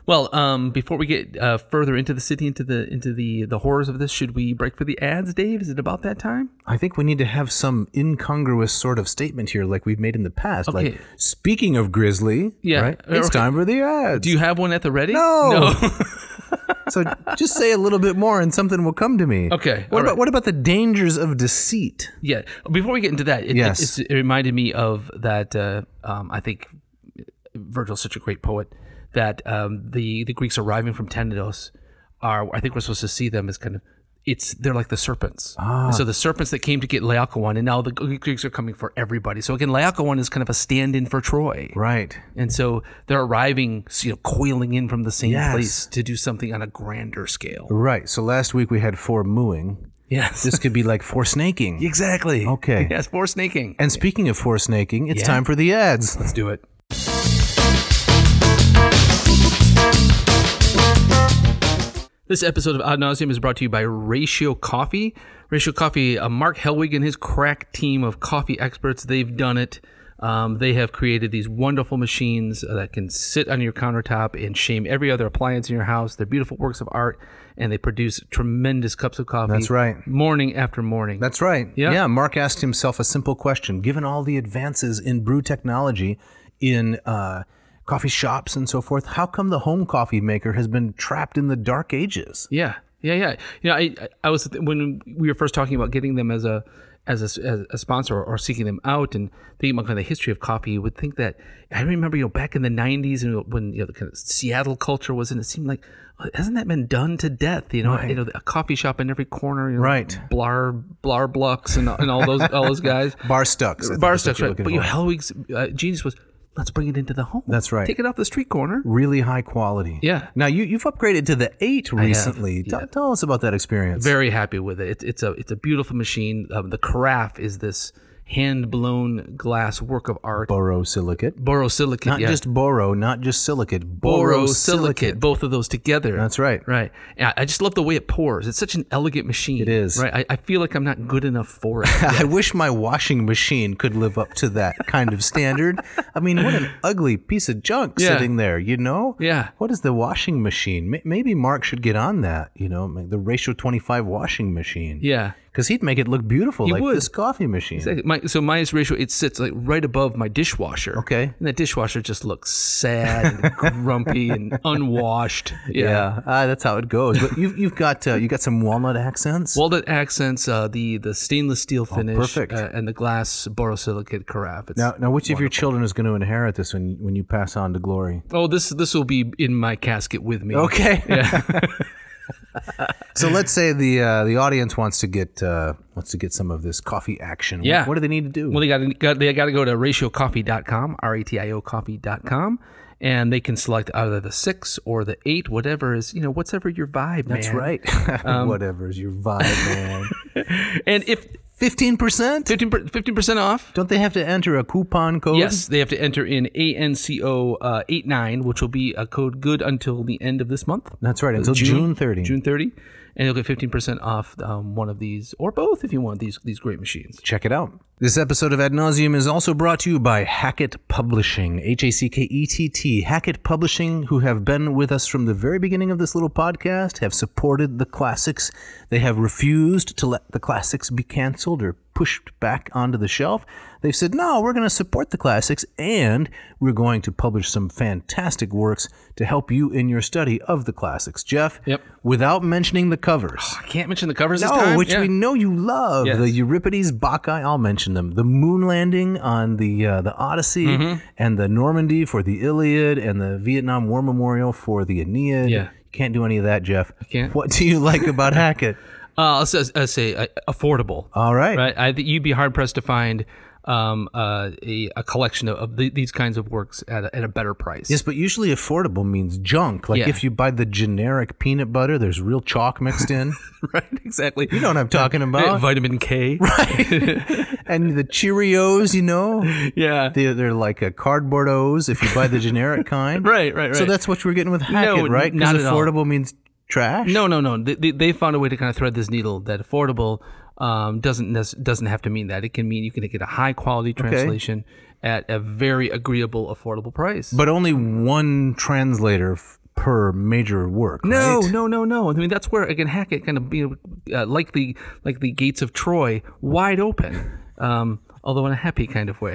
S1: Well, um, before we get uh, further into the city, into the into the the horrors of this, should we break for the ads, Dave? Is it about that time?
S2: I think we need to have some incongruous sort of statement here, like we've made in the past.
S1: Okay.
S2: Like speaking of Grizzly,
S1: Yeah.
S2: right?
S1: Uh,
S2: It's
S1: okay.
S2: time for the ads.
S1: Do you have one at the ready?
S2: No. so just say a little bit more, and something will come to me.
S1: Okay, all
S2: What about
S1: right.
S2: what about the dangers of deceit?
S1: [laughs] yeah. Before we get into that, it,
S2: Yes.
S1: it's, it reminded me of that. Uh, um, I think Virgil's such a great poet that um, the the Greeks arriving from Tenedos are. I think we're supposed to see them as kind of. It's they're like the serpents.
S2: Ah.
S1: And So the serpents that came to get Laocoon, and now the Greeks are coming for everybody. So again, Laocoon is kind of a stand-in for Troy.
S2: Right.
S1: And so they're arriving, you know, coiling in from the same
S2: Yes.
S1: place to do something on a grander scale.
S2: Right. So last week we had four mooing.
S1: Yes.
S2: [laughs] This could be like four snaking.
S1: exactly.
S2: Okay.
S1: [laughs] Yes, for snaking.
S2: And speaking of four snaking, it's
S1: Yeah.
S2: time for the ads.
S1: Let's do it. This episode of Ad Nauseum is brought to you by Ratio Coffee. Ratio Coffee, uh, Mark Helwig and his crack team of coffee experts, they've done it. Um, they have created these wonderful machines uh, that can sit on your countertop and shame every other appliance in your house. They're beautiful works of art, and they produce tremendous cups of coffee.
S2: That's right.
S1: Morning after morning.
S2: That's right.
S1: Yeah.
S2: Yeah. Mark asked himself a simple question. Given all the advances in brew technology, in uh, coffee shops and so forth, how come the home coffee maker has been trapped in the dark ages?
S1: Yeah, yeah, yeah. You know, I I- I was when we were first talking about getting them as a as a, as a sponsor or, seeking them out and thinking about kind of the history of coffee, you would think that I remember you know back in the '90s and when you know the kind of Seattle culture was in, it seemed like "Oh, hasn't that been done to death? You know, you know a coffee shop in every corner, you know,
S2: Right.
S1: Blar Blar Blucks and, and all those all those guys,
S2: [laughs] Bar Stucks. I think
S1: bar
S2: is what
S1: stuff.
S2: you're
S1: Right?
S2: looking
S1: But you know,
S2: for.
S1: Hellwig's uh, genius was let's bring it into the home.
S2: That's right.
S1: Take it off the street corner.
S2: Really high quality.
S1: Yeah.
S2: Now you, you've upgraded to the eight recently. Tell- Tell us about that experience.
S1: very happy with it. It's it's a it's a beautiful machine. Um, the carafe is this hand blown glass work of art.
S2: borosilicate.
S1: borosilicate,
S2: Not
S1: yeah.
S2: just boro, not just silicate.
S1: borosilicate, both of those together.
S2: That's right.
S1: Right. Yeah, I just love the way it pours. It's such an elegant machine. It
S2: is.
S1: Right. I, I feel like I'm not good enough for it.
S2: [laughs] I wish my washing machine could live up to that kind of standard. I mean, what an ugly piece of junk
S1: Yeah.
S2: sitting there, you know?
S1: Yeah.
S2: What is the washing machine? May- Maybe Mark should get on that, you know, make the ratio 25 washing machine.
S1: yeah.
S2: Because he'd make it look beautiful
S1: He
S2: like
S1: would.
S2: this coffee machine.
S1: Exactly. My, so minus ratio, it sits like right above my dishwasher.
S2: Okay.
S1: And that dishwasher just looks sad, and [laughs] grumpy, and unwashed. Yeah.
S2: Yeah, uh, that's how it goes. But you've, you've got uh, you got some walnut accents.
S1: Walnut accents, uh, the the stainless steel finish,
S2: Oh, perfect.
S1: Uh, and the glass borosilicate carafe. It's,
S2: now, now, which of your children is going to inherit this when when you pass on to glory?
S1: Oh, this this will be in my casket with me.
S2: Okay. so let's say the uh, the audience wants to get uh, wants to get some of this coffee action. What-
S1: Yeah.
S2: What, do they need to do?
S1: Well, they got, got they got to go to ratiocoffee.com, r a t i o coffee.com, and they can select either the six or the eight, whatever is you know, whatever your vibe.
S2: That's right. [laughs]
S1: Um,
S2: Whatever is your vibe,
S1: [laughs]
S2: man.
S1: And if
S2: Fifteen percent.
S1: 15 percent off.
S2: Don't they have to enter a coupon code?
S1: Yes, they have to enter in ANCO uh, 89, which will be a code good until the end of this month,
S2: That's right. Until June, 30.
S1: June 30, and you'll get 15% off um, one of these or both if you want these these great machines.
S2: Check it out. This episode of Ad Nauseum is also brought to you by Hackett Publishing, H A C K E T T. Hackett Publishing, who have been with us from the very beginning of this little podcast, have supported the classics. They have refused to let the classics be canceled or pushed back onto the shelf. They've said, no, we're going to support the classics and we're going to publish some fantastic works to help you in your study of the classics. Jeff,
S1: Yep.
S2: without mentioning the covers.
S1: I can't mention the covers this
S2: No,
S1: time.
S2: which
S1: Yeah.
S2: we know you love.
S1: Yes.
S2: The Euripides, Bacchae, I'll mention them. The moon landing on the uh, the Odyssey,
S1: Mm-hmm.
S2: and the Normandy for the Iliad, and the Vietnam War Memorial for the Aeneid.
S1: Yeah.
S2: You can't do any of that, Jeff. I
S1: can't.
S2: What do you like about Hackett?
S1: Uh, I'll say, I'll say uh, affordable.
S2: All right.
S1: right? I think you'd be hard pressed to find um, uh, a, a collection of, of the, these kinds of works at a, at a better price.
S2: Yes, but usually affordable means junk. Like
S1: Yeah.
S2: if you buy the generic peanut butter, there's real chalk mixed in.
S1: [laughs] right, exactly.
S2: you know what I'm
S1: [laughs]
S2: talking about. [laughs]
S1: Vitamin K.
S2: and the Cheerios, you know,
S1: Yeah.
S2: they're, they're like a cardboard O's if you buy
S1: [laughs]
S2: the generic kind.
S1: right, right, right.
S2: So that's what you were getting with Hackett,
S1: n-
S2: right?
S1: not
S2: Because
S1: at all.
S2: affordable means trash.
S1: no, no, no. They, they, they found a way to kind of thread this needle that affordable um, doesn't nec- doesn't have to mean that. It can mean you can get a high quality translation at a very agreeable, affordable price.
S2: but only one translator f- per major work.
S1: No,
S2: right?
S1: no, no, no. I mean, that's where again Hackett kind of you know, uh, like the like the gates of Troy, wide open, um, although in a happy kind
S2: [laughs]
S1: of way.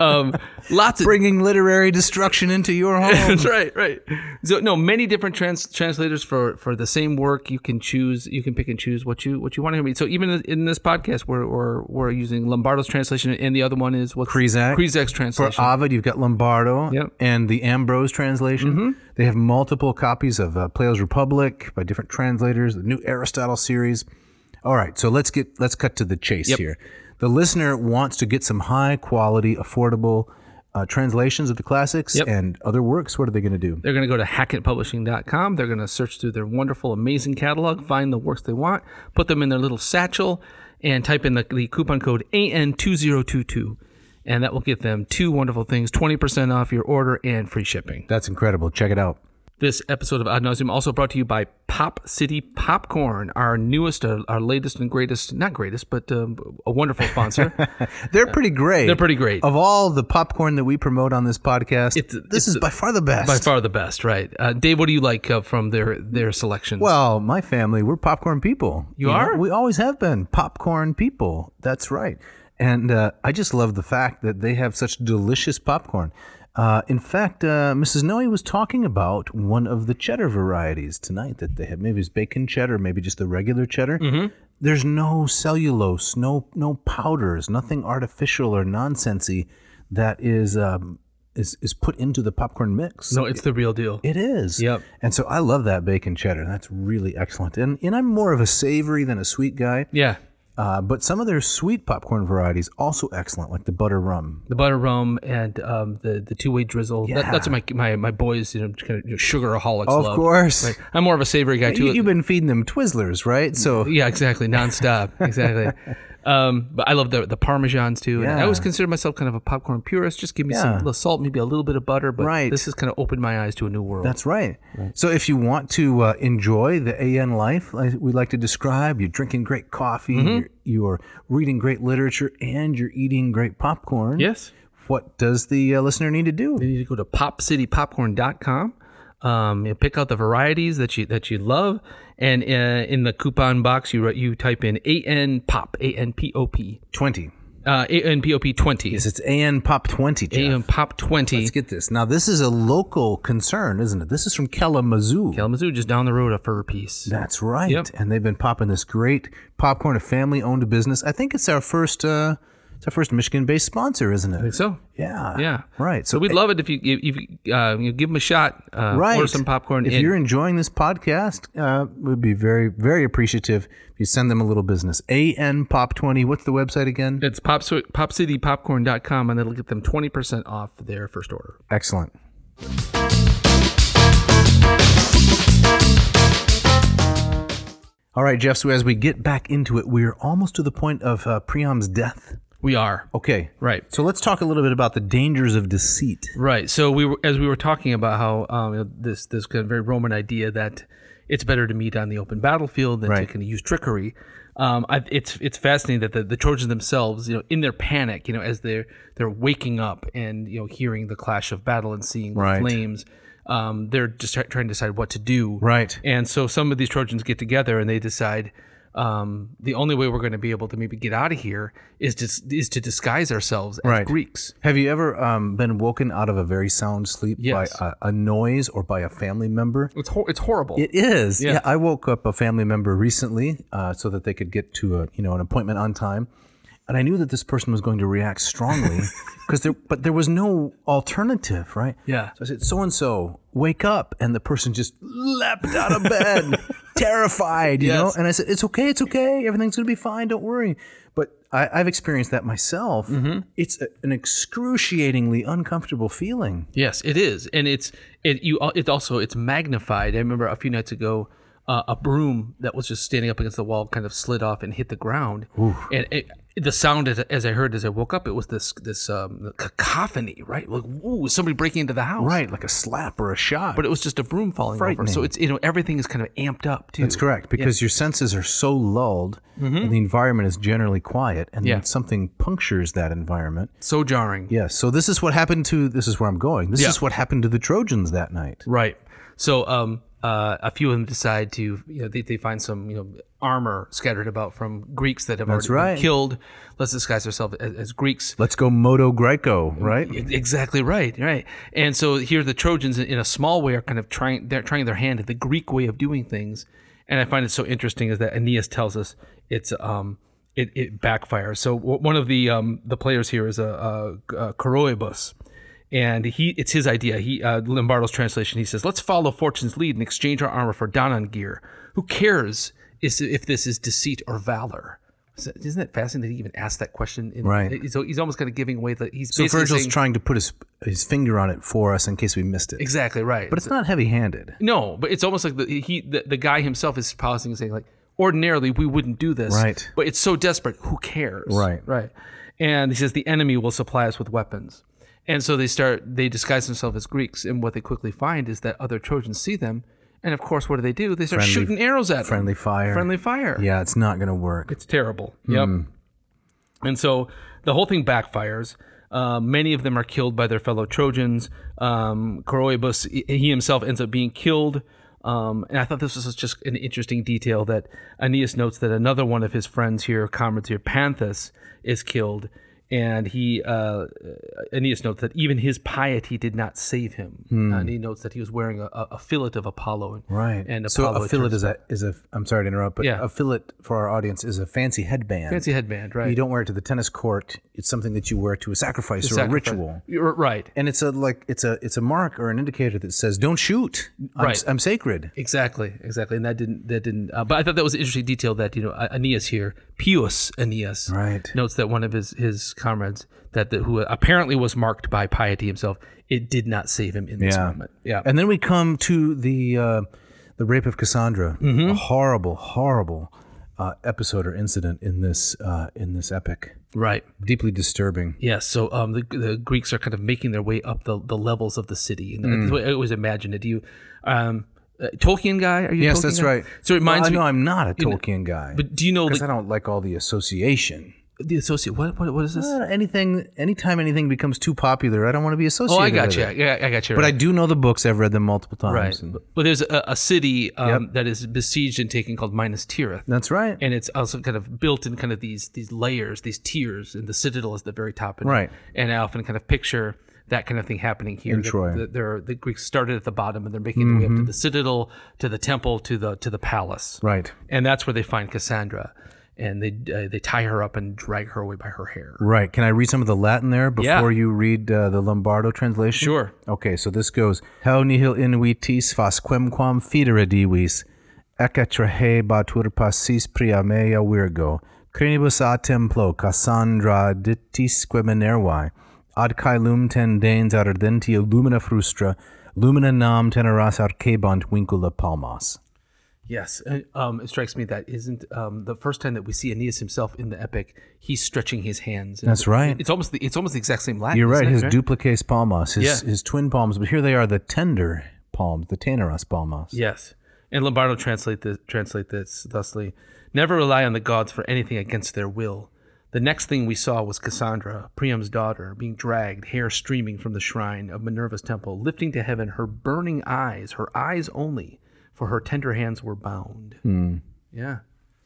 S1: um, lots of
S2: bringing literary destruction into your home.
S1: [laughs] that's right, right. So no, many different trans- translators for for the same work. You can choose, you can pick and choose what you what you want to read. So even in this podcast, we're we're, we're using Lombardo's translation, and the other one is what's
S2: Kresak.
S1: Krizak's
S2: For
S1: translation.
S2: Ovid, you've got Lombardo
S1: Yep. Mm-hmm.
S2: and the Ambrose translation. They have multiple copies of uh, Plato's Republic by different translators, the new Aristotle series. All right, so let's get let's cut to the chase here. The listener wants to get some high quality, affordable uh, translations of the classics
S1: Yep.
S2: and other works. What are they going to do?
S1: They're going to go to hackettpublishing.com. They're going to search through their wonderful, amazing catalog, find the works they want, put them in their little satchel, and type in the, the coupon code AN2022. And that will get them two wonderful things 20% off your order and free shipping.
S2: That's incredible. Check it out.
S1: This episode of Ad Nauseam also brought to you by Pop City Popcorn, our newest, our, our latest and greatest, not greatest, but um, a wonderful
S2: [laughs]
S1: sponsor.
S2: They're pretty great.
S1: They're pretty great.
S2: Of all the popcorn that we promote on this podcast,
S1: It's-
S2: this
S1: it's
S2: is by far the best.
S1: By far the best, right? Uh, Dave, what do you like uh, from their, their selections?
S2: Well, my family, we're popcorn people.
S1: You
S2: know?
S1: are?
S2: we always have been popcorn people. That's right. And uh, I just love the fact that they have such delicious popcorn. Uh, in fact, uh, Mrs. Noe was talking about one of the cheddar varieties tonight that they have. Maybe it's bacon cheddar, maybe just the regular cheddar.
S1: Mm-hmm.
S2: There's no cellulose, no no powders, nothing artificial or nonsensy that is um, is is put into the popcorn mix.
S1: no, it's the real deal.
S2: It is.
S1: Yep.
S2: And so I love that bacon cheddar. That's really excellent. And and I'm more of a savory than a sweet guy.
S1: yeah.
S2: Uh, but some of their sweet popcorn varieties also excellent, like the butter rum.
S1: the butter rum and um, the the two way drizzle. That,
S2: Yeah.
S1: that's what my, my my boys, you know, kind of you know, sugaraholics.
S2: Of
S1: love.
S2: course.
S1: Right. I'm more of a savory guy too.
S2: You, have been feeding them Twizzlers, right?
S1: [laughs]
S2: So
S1: yeah, exactly, nonstop, exactly. Um, but I love the the parmesans too. And I
S2: Yeah.
S1: always consider myself kind of a popcorn purist. Just give me some
S2: Yeah.
S1: little salt, maybe a little bit of butter. But
S2: Right.
S1: this has kind of opened my eyes to a new world.
S2: That's right. So if you want to uh, enjoy the AN life, like we like to describe, you're drinking great coffee,
S1: Mm-hmm.
S2: you're, you're reading great literature, and you're eating great popcorn.
S1: yes.
S2: What does the uh, listener need to do?
S1: You need to go to popcitypopcorn.com. Um, you pick out the varieties that you that you love, and uh, in the coupon box you write, you type in A N pop A N P O P
S2: Twenty.
S1: uh, A N P O P twenty
S2: Yes, it's AN Pop Twenty. Jeff.
S1: A N pop twenty
S2: Let's get this. Now this is a local concern, isn't it? This is from Kalamazoo.
S1: Kalamazoo just down the road a fur piece.
S2: That's right.
S1: Yep.
S2: And they've been popping this great popcorn, a family-owned business. I think it's our first. Uh, it's our first Michigan-based sponsor, isn't it?
S1: So
S2: Yeah.
S1: yeah,
S2: Right.
S1: So we'd love it if you if you, uh, you give them a shot. Uh,
S2: right.
S1: Order some popcorn.
S2: If
S1: and-
S2: you're enjoying this podcast, uh, we'd be very, very appreciative if you send them a little business. AN Pop 20. What's the website again?
S1: it's pop, popcitypopcorn.com and that'll get them 20% off their first order.
S2: Excellent. All right, Jeff. So as we get back into it, we're almost to the point of uh, Priam's death.
S1: We are.
S2: Okay.
S1: Right.
S2: So let's talk a little bit about the dangers of deceit.
S1: Right. So we were, as we were talking about how um, you know, this this kind of very Roman idea that it's better to meet on the open battlefield than to
S2: Right.
S1: kind of use trickery. Um, I, it's it's fascinating that the, the Trojans themselves, you know, in their panic, you know, as they're they're waking up and you know hearing the clash of battle and seeing the
S2: Right.
S1: flames, um, they're just try- trying to decide what to do.
S2: Right.
S1: And so some of these Trojans get together and they decide um, the only way we're going to be able to maybe get out of here is to is to disguise ourselves as
S2: Right.
S1: Greeks.
S2: Have you ever um, been woken out of a very sound sleep
S1: Yes.
S2: by a, a noise or by a family member?
S1: It's hor- it's horrible.
S2: It is.
S1: Yeah.
S2: Yeah. I woke up a family member recently uh, so that they could get to a you know an appointment on time, and I knew that this person was going to react [laughs] strongly because there, but there was no alternative, right?
S1: Yeah.
S2: So I said, "So and so, wake up!" And the person just leapt out of [laughs] bed, terrified, you know.
S1: Yes.
S2: And I said, "It's okay. It's okay. Everything's gonna be fine. Don't worry." But I, I've experienced that myself. It's a, an excruciatingly uncomfortable feeling.
S1: Yes, it is, and it's it you al- it also it's magnified. I remember a few nights ago, uh, a broom that was just standing up against the wall kind of slid off and hit the ground, and it, the sound as, as I heard as I woke up, it was this this um, cacophony, right? Like ooh, somebody breaking into the house,
S2: Right, like a slap or a shot.
S1: But it was just a broom falling over, so
S2: Frightening.
S1: it's you know everything is kind of amped up too.
S2: That's correct because your senses are so lulled and the environment is generally quiet and
S1: Mm-hmm. Yeah.
S2: then something punctures that environment.
S1: So jarring.
S2: Yes. So this is what happened to this is where I'm going. This
S1: Yeah.
S2: is what happened to the Trojans that night.
S1: Right. So um, uh, a few of them decide to, you know, they, they find some, you know, armor scattered about from Greeks that have already
S2: right.
S1: been killed. Let's disguise ourselves as, as Greeks.
S2: Let's go Moto Greco, right?
S1: E- Exactly right, right. And so here the Trojans, in, in a small way, are kind of trying they're trying their hand at the Greek way of doing things. And I find it so interesting is that Aeneas tells us it's um it, it backfires. So w- one of the um the players here is a, a, a Coroebus. And he, it's his idea. He, uh, Lombardo's translation. He says, "Let's follow fortune's lead and exchange our armor for Danon gear. Who cares is if this is deceit or valor? So isn't it fascinating that he even asked that question? In,
S2: Right.
S1: So he's almost kind of giving away that he's
S2: So
S1: basically
S2: Virgil's
S1: saying-
S2: trying to put his his finger on it for us in case we missed it.
S1: Exactly right.
S2: But it's not heavy-handed.
S1: no, but it's almost like the he the, the guy himself is pausing and saying like, ordinarily we wouldn't do this,
S2: Right.
S1: But it's so desperate, who cares?
S2: Right.
S1: right. And he says the enemy will supply us with weapons, and so they start they disguise themselves as Greeks, and what they quickly find is that other Trojans see them, and of course, what do they do? They start
S2: Friendly-
S1: shooting arrows at
S2: Friendly
S1: them.
S2: fire.
S1: friendly fire.
S2: Yeah, it's not going to work.
S1: It's terrible. Yep.
S2: Hmm.
S1: And so the whole thing backfires. Uh, many of them are killed by their fellow Trojans. Um, Coroebus, he- he himself ends up being killed. Um, and I thought this was just an interesting detail that Aeneas notes that another one of his friends here, comrades here, Panthus, is killed. And he, uh, Aeneas notes that even his piety did not save him. And he notes that he was wearing a, a a fillet of Apollo. And,
S2: Hmm. Right.
S1: And
S2: so
S1: Apollo
S2: a fillet
S1: turns-
S2: is a is a I'm sorry to interrupt, but
S1: Yeah.
S2: a fillet for our audience is a fancy headband.
S1: fancy headband, right?
S2: You don't wear it to the tennis court. It's something that you wear to a sacrifice or
S1: Sacrifice.
S2: a ritual.
S1: You're Right.
S2: And it's a like it's a it's a mark or an indicator that says don't shoot. I'm,
S1: Right.
S2: I'm sacred.
S1: Exactly, exactly, and that didn't that didn't. Uh, but I thought that was an interesting detail that you know A- Aeneas here, Pius Aeneas,
S2: Right.
S1: notes that one of his his comrades that the, who apparently was marked by piety himself, it did not save him in this
S2: Yeah.
S1: moment. Yeah,
S2: And then we
S1: Mm-hmm.
S2: come to the uh, the rape of Cassandra, a horrible, horrible uh, episode or incident in this uh, in this epic.
S1: Right.
S2: Deeply disturbing.
S1: Yes, so um, the, the Greeks are kind of making their way up the, the levels of the city, and
S2: Mm.
S1: that's the way I always imagine it. Do you, um, uh, Tolkien guy? Are you? a
S2: Yes,
S1: Tolkien
S2: that's
S1: guy?
S2: right.
S1: So it reminds
S2: well, No,
S1: me.
S2: I'm not a Tolkien guy.
S1: But do you know
S2: because
S1: the,
S2: I don't like all the association.
S1: the associate? What, what what is this?
S2: Uh, anything, anytime anything becomes too popular, I don't want to be associated.
S1: oh, I got
S2: with
S1: you.
S2: it.
S1: Yeah, I got you.
S2: But I
S1: right.
S2: do know the books. I've read them multiple times.
S1: right.
S2: and-
S1: But there's a, a city um, that is besieged and taken called Minas Tirith.
S2: that's right.
S1: and it's also kind of built in kind of these these layers, these tiers, and the citadel is the very top. And,
S2: Right.
S1: And I often kind of picture that kind of thing happening here.
S2: In
S1: that
S2: Troy. Mm-hmm.
S1: the, they're, the Greeks started at the bottom, and they're making their way up to the citadel, to the temple, to the to the palace.
S2: right.
S1: And that's where they find Cassandra, and they uh, they tie her up and drag her away by her hair.
S2: Right. Can I read some of the Latin there
S1: Yeah.
S2: before you read uh, the Lombardo translation?
S1: Sure.
S2: Okay, so this goes Heo nihil invitis fasquemquam fidere divis, ecce trahe batur passis pria mea virgo, crinibus a templo Cassandra dittisque minervae, ad caelum tendens ardentia lumina frustra, lumina nam teneras arcebant vincula palmas.
S1: Yes, and, um, it strikes me that isn't um, the first time that we see Aeneas himself in the epic. He's stretching his hands. And
S2: That's right.
S1: It's almost the, it's almost the exact same Latin.
S2: You're right,
S1: isn't it?
S2: his duplices palmas, his,
S1: Yeah.
S2: his twin palms, but here they are the tender palms, the teneras palmas.
S1: Yes. And Lombardo translate this, translate this thusly Never rely on the gods for anything against their will. The next thing we saw was Cassandra, Priam's daughter, being dragged, hair streaming from the shrine of Minerva's temple, lifting to heaven her burning eyes, her eyes only, for her tender hands were bound.
S2: Hmm.
S1: Yeah.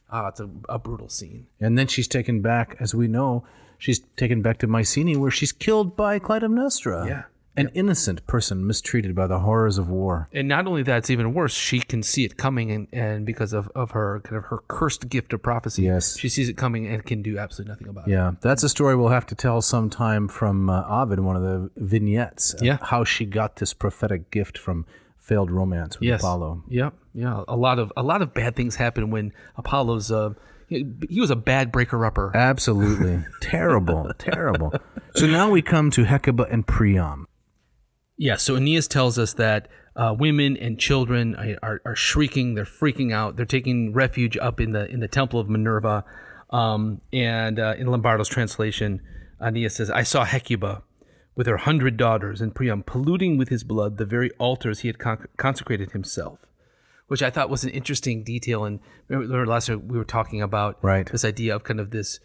S1: Ah, it's a, a brutal scene.
S2: And then she's taken back, as we know, she's taken back to Mycenae, where she's killed by Clytemnestra.
S1: Yeah.
S2: An innocent person mistreated by the horrors of war.
S1: And not only that, it's even worse. She can see it coming, and, and because of, of her kind of her cursed gift of prophecy,
S2: Yes.
S1: she sees it coming and can do absolutely nothing about it.
S2: Yeah, that's a story we'll have to tell sometime from uh, Ovid, one of the vignettes. of
S1: Yeah.
S2: How she got this prophetic gift from failed romance with Apollo.
S1: Yep. Yeah. A lot of a lot of bad things happen when Apollo's. Uh, he he was a bad breaker upper. [laughs]
S2: Absolutely. terrible. Terrible. So now we come to Hecuba and Priam.
S1: Yeah. So Aeneas tells us that uh, women and children are- are, are shrieking. They're freaking out. They're taking refuge up in the in the temple of Minerva. Um, and uh, in Lombardo's translation, Aeneas says, "I saw Hecuba." With her hundred daughters and Priam polluting with his blood the very altars he had con- consecrated himself. which I thought was an interesting detail. And remember, remember last week we were talking about
S2: Right.
S1: this idea of kind of this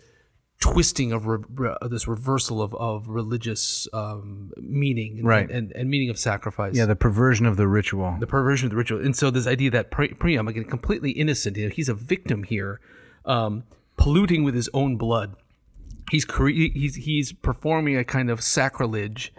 S1: twisting of re- re- of this reversal of, of religious um, meaning and,
S2: Right.
S1: and, and meaning of sacrifice.
S2: Yeah, the perversion of the ritual.
S1: the perversion of the ritual. And so this idea that Pri- Priam, again, completely innocent, you know, he's a victim here, um, polluting with his own blood. He's cre- he's he's performing a kind of sacrilege,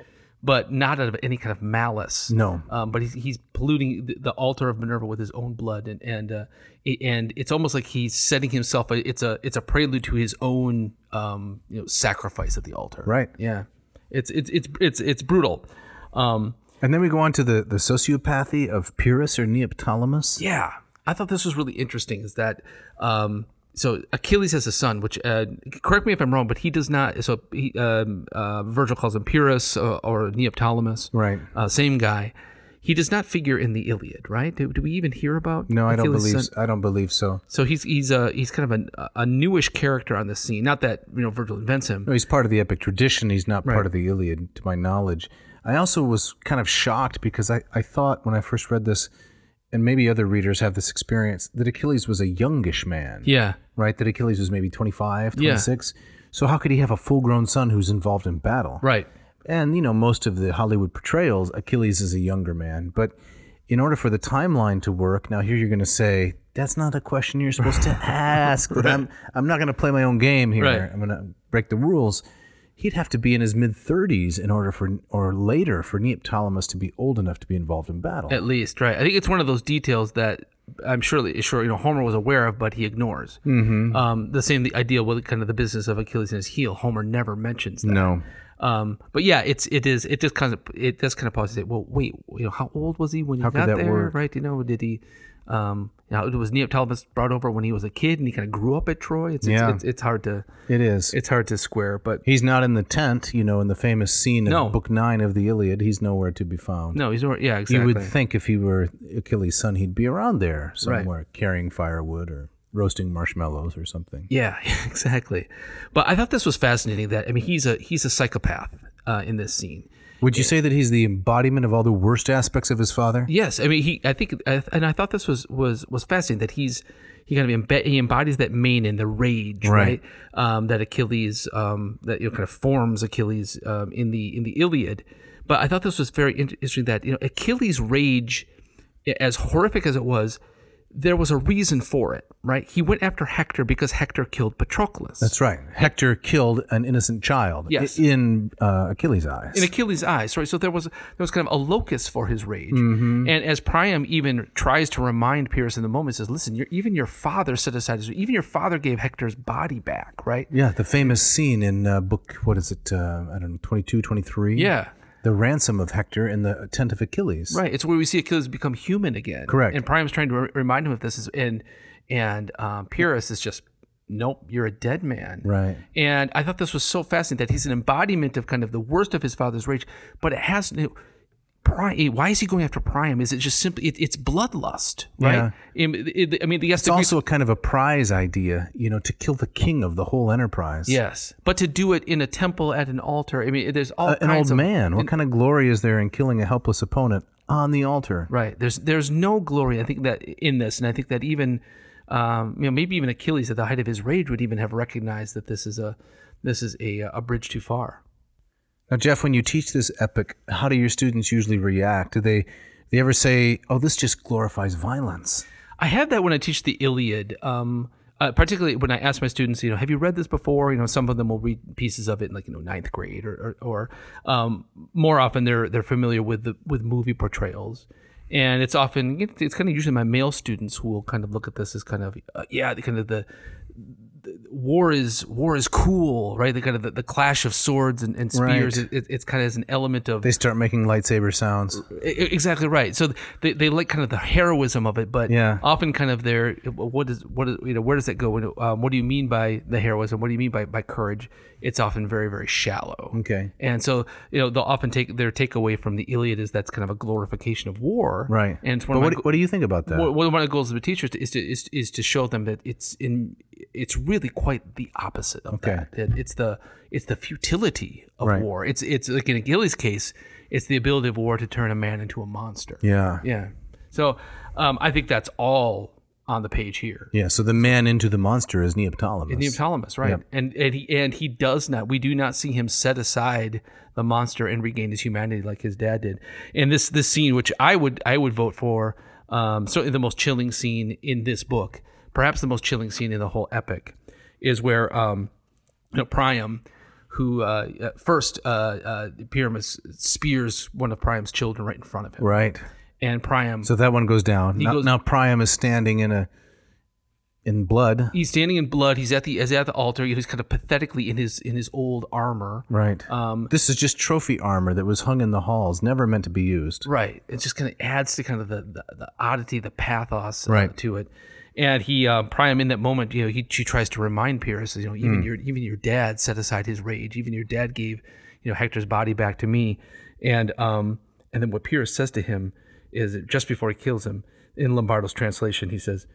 S1: but not out of any kind of malice.
S2: No.
S1: um, but he's, he's polluting the, the altar of Minerva with his own blood, and and uh, it- and it's almost like he's setting himself. A, it's a it's a prelude to his own um, you know sacrifice at the altar.
S2: Right.
S1: Yeah. It's it's it's it's it's brutal. Um,
S2: And then we go on to the, the sociopathy of Pyrrhus or Neoptolemus.
S1: Yeah, I thought this was really interesting. Is that um, so? Achilles has a son, which uh, correct me if I'm wrong, but he does not. So he, um, uh, Virgil calls him Pyrrhus uh, or Neoptolemus.
S2: Right.
S1: Uh, same guy. He does not figure in the Iliad, right? Do, do we even hear about?
S2: No, I don't
S1: Achilles'
S2: believe.
S1: son?
S2: s I don't believe so.
S1: So he's he's uh, he's kind of a, a newish character on the scene. Not that you know Virgil invents him.
S2: No, he's part of the epic tradition. He's not
S1: Right.
S2: part of the Iliad, to my knowledge. I also was kind of shocked because I, I thought when I first read this, and maybe other readers have this experience, that Achilles was a youngish man,
S1: Yeah,
S2: right? That Achilles was maybe 25,
S1: Yeah.
S2: 26. So how could he have a full grown son who's involved in battle?
S1: right.
S2: And, you know, most of the Hollywood portrayals, Achilles is a younger man. But in order for the timeline to work, now here you're going to say, that's not a question you're supposed
S1: [laughs]
S2: to ask. But I'm, I'm not going to play my own game here.
S1: Right.
S2: I'm going to break the rules. He'd have to be in his mid 30s in order for, or later, for Neoptolemus to be old enough to be involved in battle.
S1: At least, right? I think it's one of those details that I'm surely sure you know Homer was aware of, but he ignores. Mm-hmm. Um, the same idea with kind of the business of Achilles and his heel. Homer never mentions that.
S2: no.
S1: Um, but yeah, it's it is it just kind of it does kind of pauses it. Well, wait, you know, how old was he when he
S2: How could
S1: got
S2: that
S1: there?
S2: work?
S1: Right? You know, did he? Um, you know, was Neoptolemus brought over when he was a kid and he kind of grew up at Troy? It's,
S2: Yeah.
S1: it's, it's, it's hard to
S2: It is.
S1: it's hard to square, but
S2: He's not in the tent, you know, in the famous scene of
S1: No.
S2: Book Nine of the Iliad. He's nowhere to be found.
S1: no, he's nowhere- yeah exactly.
S2: You would think if he were Achilles' son, he'd be around there somewhere carrying firewood or roasting marshmallows or something.
S1: Yeah, [laughs] exactly. But I thought this was fascinating. That I mean, he's a he's a psychopath uh, in this scene.
S2: Would you say that he's the embodiment of all the worst aspects of his father?
S1: Yes, I mean he. I think, I- and I thought this was was was fascinating that he's he kind of embe- he embodies that main and the rage, right?
S2: Right.
S1: Um, that Achilles, um, that you know, kind of forms Achilles um, in the in the Iliad. But I thought this was very inter- interesting that you know Achilles' rage, i- as horrific as it was, there was a reason for it, right? He went after Hector because Hector killed Patroclus.
S2: That's right. Hector killed an innocent child
S1: Yes.
S2: i- in uh, Achilles' eyes.
S1: in Achilles' eyes, right? So there was there was kind of a locus for his rage.
S2: Mm-hmm.
S1: And as Priam even tries to remind Pyrrhus in the moment, says, "Listen, your, even your father set aside his even your father gave Hector's body back, right?
S2: yeah, the famous scene in uh, book, what is it? Uh, I don't know, 22, 23?
S1: Yeah,
S2: The ransom of Hector in the tent of Achilles.
S1: right. It's where we see Achilles become human again.
S2: Correct.
S1: And Priam's trying to re- remind him of this, is- and and um, Pyrrhus is just, nope, you're a dead man,
S2: Right.
S1: And I thought this was so fascinating that he's an embodiment of kind of the worst of his father's rage, but it has no. Priam, why is he going after Priam? Is it just simply it, it's bloodlust, right? Im- it- I mean, yes,
S2: It's
S1: the Greek-
S2: also a kind of a prize idea, you know, to kill the king of the whole enterprise.
S1: yes, but to do it in a temple at an altar. I mean, there's all
S2: A- an
S1: kinds
S2: old
S1: of,
S2: man. What kind of glory is there in killing a helpless opponent on the altar?
S1: Right. There's there's no glory. I think that in this, and I think that even, um, you know, maybe even Achilles at the height of his rage would even have recognized that this is a this is a a bridge too far.
S2: Now, Jeff, when you teach this epic, how do your students usually react? Do they they ever say, "Oh, this just glorifies violence"?
S1: I had that when I teach the Iliad. Um, uh, particularly when I ask my students, you know, have you read this before? You know, some of them will read pieces of it in like you know ninth grade, or or, or um, more often they're they're familiar with the with movie portrayals, and it's often it's, it's kind of usually my male students who will kind of look at this as kind of uh, yeah, the kind of the war is war is cool, right? The kind of the, the clash of swords and, and spears.
S2: Right.
S1: It, it's kind of as an element of
S2: They start making lightsaber sounds.
S1: I- I- e-, Exactly right. So they, they like kind of the heroism of it, but
S2: Yeah.
S1: often kind of their what is what is you know where does that go? And, Um, what do you mean by the heroism? What do you mean by, by courage? It's often very very shallow.
S2: Okay.
S1: And so you know they'll often take their takeaway from the Iliad is that's kind of a glorification of war.
S2: Right.
S1: And it's one
S2: But
S1: of my
S2: what,
S1: go-
S2: what do you think about that?
S1: one one of the goals of the teachers is to is, is to show them that it's in it's really quite the opposite of
S2: Okay.
S1: that. That it's the it's the futility of
S2: Right.
S1: war. It's it's like in Achilles' case, it's the ability of war to turn a man into a monster.
S2: yeah. yeah.
S1: Yeah. So um, I think that's all on the page here.
S2: So the man into the monster is Neoptolemus.
S1: Neoptolemus, right? And and he and he does not. We do not see him set aside the monster and regain his humanity like his dad did. And this this scene, which I would I would vote for, um, certainly the most chilling scene in this book, perhaps the most chilling scene in the whole epic, is where um, you know, Priam, who uh, uh, first uh, uh, Pyramus spears one of Priam's children right in front of him,
S2: Right.
S1: and Priam.
S2: So that one goes down. Now,
S1: goes-
S2: now Priam is standing in a in blood.
S1: He's standing in blood. He's at the he's at the altar. He's kind of pathetically in his in his old armor.
S2: Right.
S1: Um,
S2: this is just trophy armor that was hung in the halls, never meant to be used.
S1: Right. It just kind of adds to kind of the, the, the oddity, the pathos uh,
S2: Right.
S1: to it. And he uh, Priam in that moment, you know, he she tries to remind Pyrrhus, you know, even your even your dad set aside his rage. Even your dad gave, you know, Hector's body back to me. And um and then what Pyrrhus says to him is just before he kills him, in Lombardo's translation, he says,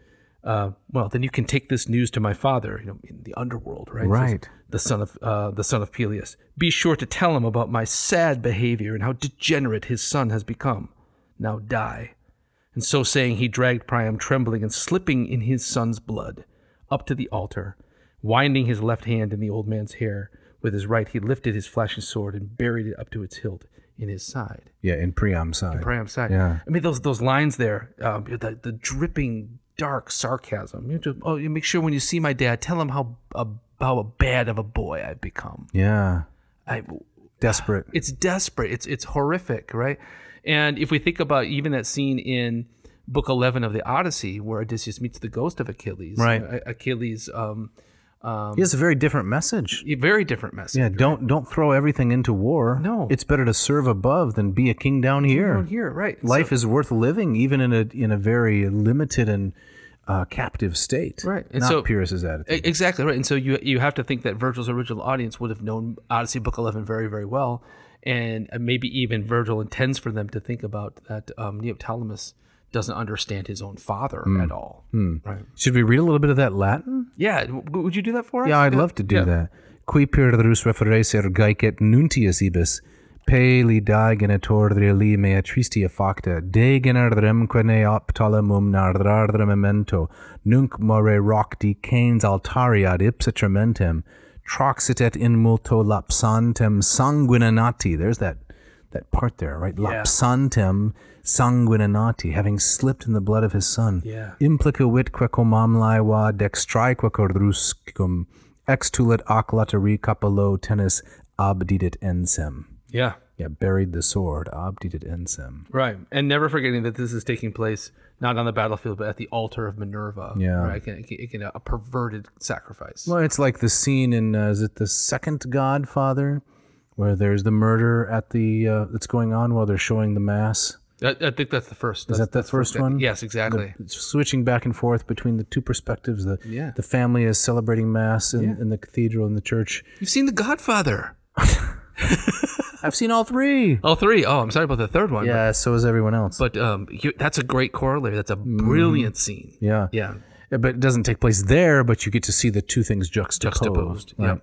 S1: uh, well, then you can take this news to my father, you know, in the underworld, right? He says,
S2: Right.
S1: the son of uh, the son of Peleus. Be sure to tell him about my sad behavior and how degenerate his son has become. Now die. And so saying, he dragged Priam, trembling and slipping in his son's blood, up to the altar. Winding his left hand in the old man's hair, with his right he lifted his flashing sword and buried it up to its hilt in his side.
S2: Yeah, in Priam's side.
S1: Priam's side.
S2: Yeah.
S1: I mean those those lines there, um, the, the dripping dark sarcasm. You just, oh, you make sure when you see my dad, tell him how uh, how bad of a boy I've become.
S2: yeah.
S1: I,
S2: Desperate.
S1: it's desperate. It's it's horrific, right? And if we think about even that scene in Book Eleven of the Odyssey, where Odysseus meets the ghost of Achilles,
S2: Right.
S1: A- Achilles, um,
S2: he has a very different message.
S1: a very different message.
S2: Yeah, don't don't throw everything into war.
S1: No.
S2: it's better to serve above than be a king down here.
S1: Down here, right? So-
S2: Life is worth living, even in a in a very limited and uh, captive state.
S1: Right, and
S2: not
S1: so-
S2: Pyrrhus's attitude.
S1: E- Exactly right, and so you you have to think that Virgil's original audience would have known Odyssey Book Eleven very very well, and uh, maybe even Virgil intends for them to think about that um, Neoptolemus doesn't understand his own father
S2: Hmm.
S1: at all.
S2: Should we read a little bit of that Latin?
S1: Yeah, w- would you do that for us?
S2: Yeah, I'd love to do
S1: Yeah.
S2: that. Qui perdus refereser gaecet nuntius ibis, peli dagenetor reli mea tristia facta, degeneremque ne optalemum nardardre um memento, nunc more rocti canes altariad ipsa trementem, troxit et in multo lapsantem sanguinanati. There's that that part there, right? Lapsantem sanguinanati, having slipped in the blood of his son.
S1: Yeah.
S2: Implica wit quecum amlae va dextraeque cordruscum, extulit ac lateri capillo tenis obdidit ensem.
S1: Yeah.
S2: Yeah, buried the sword, obdidit ensem.
S1: Right. And never forgetting that this is taking place not on the battlefield, but at the altar of Minerva.
S2: Yeah.
S1: Right. It can, it can, it can- uh, a perverted sacrifice.
S2: Well, it's like the scene in, uh, is it the second Godfather? Where there's the murder at the uh, that's going on while they're showing the mass.
S1: I, I think that's the first.
S2: Is that the first one?
S1: Yes, exactly.
S2: switching back and forth between the two perspectives. The
S1: Yeah.
S2: the family is celebrating mass in, in the cathedral in the church.
S1: You've seen The Godfather.
S2: I've seen all three.
S1: All three. Oh, I'm sorry about the third one.
S2: Yeah, so is everyone else.
S1: But, but, um, you, that's a great corollary. That's a brilliant scene.
S2: Mm-hmm. yeah.
S1: Yeah.
S2: Yeah, But it doesn't take place there, but you get to see the two things juxtaposed.
S1: Juxtaposed.
S2: right?
S1: Yep.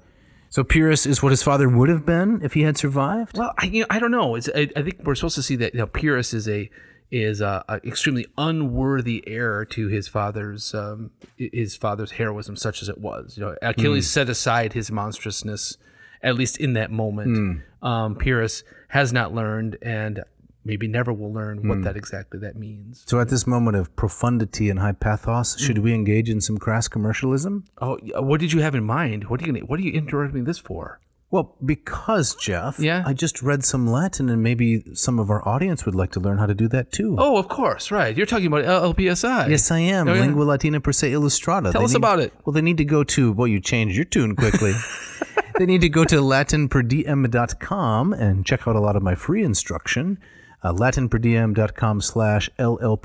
S2: So Pyrrhus is what his father would have been if he had survived.
S1: Well, I, you know, I don't know. It's, I, I think we're supposed to see that you know, Pyrrhus is a is a, a extremely unworthy heir to his father's um, i- his father's heroism, such as it was. You know, Achilles
S2: Mm.
S1: set aside his monstrousness, at least in that moment.
S2: Mm.
S1: Um, Pyrrhus has not learned, and maybe never will learn
S2: Mm.
S1: what that exactly that means.
S2: So at this moment of profundity and high pathos, should we engage in some crass commercialism?
S1: Oh, y- what did you have in mind? What are you gonna, What are you interrupting this for?
S2: Well, because Jeff,
S1: Yeah?
S2: I just read some Latin, and maybe some of our audience would like to learn how to do that too.
S1: Oh, of course, right. You're talking about LPSI.
S2: Yes, I am.
S1: Oh, yeah.
S2: Lingua Latina per se illustrata.
S1: Tell us
S2: need-
S1: about it.
S2: Well, they need to go to, well, you changed your
S1: [laughs]
S2: tune quickly. they need to go to latinperdiem.com and check out a lot of my free instruction. Uh, latinperdiem.com slash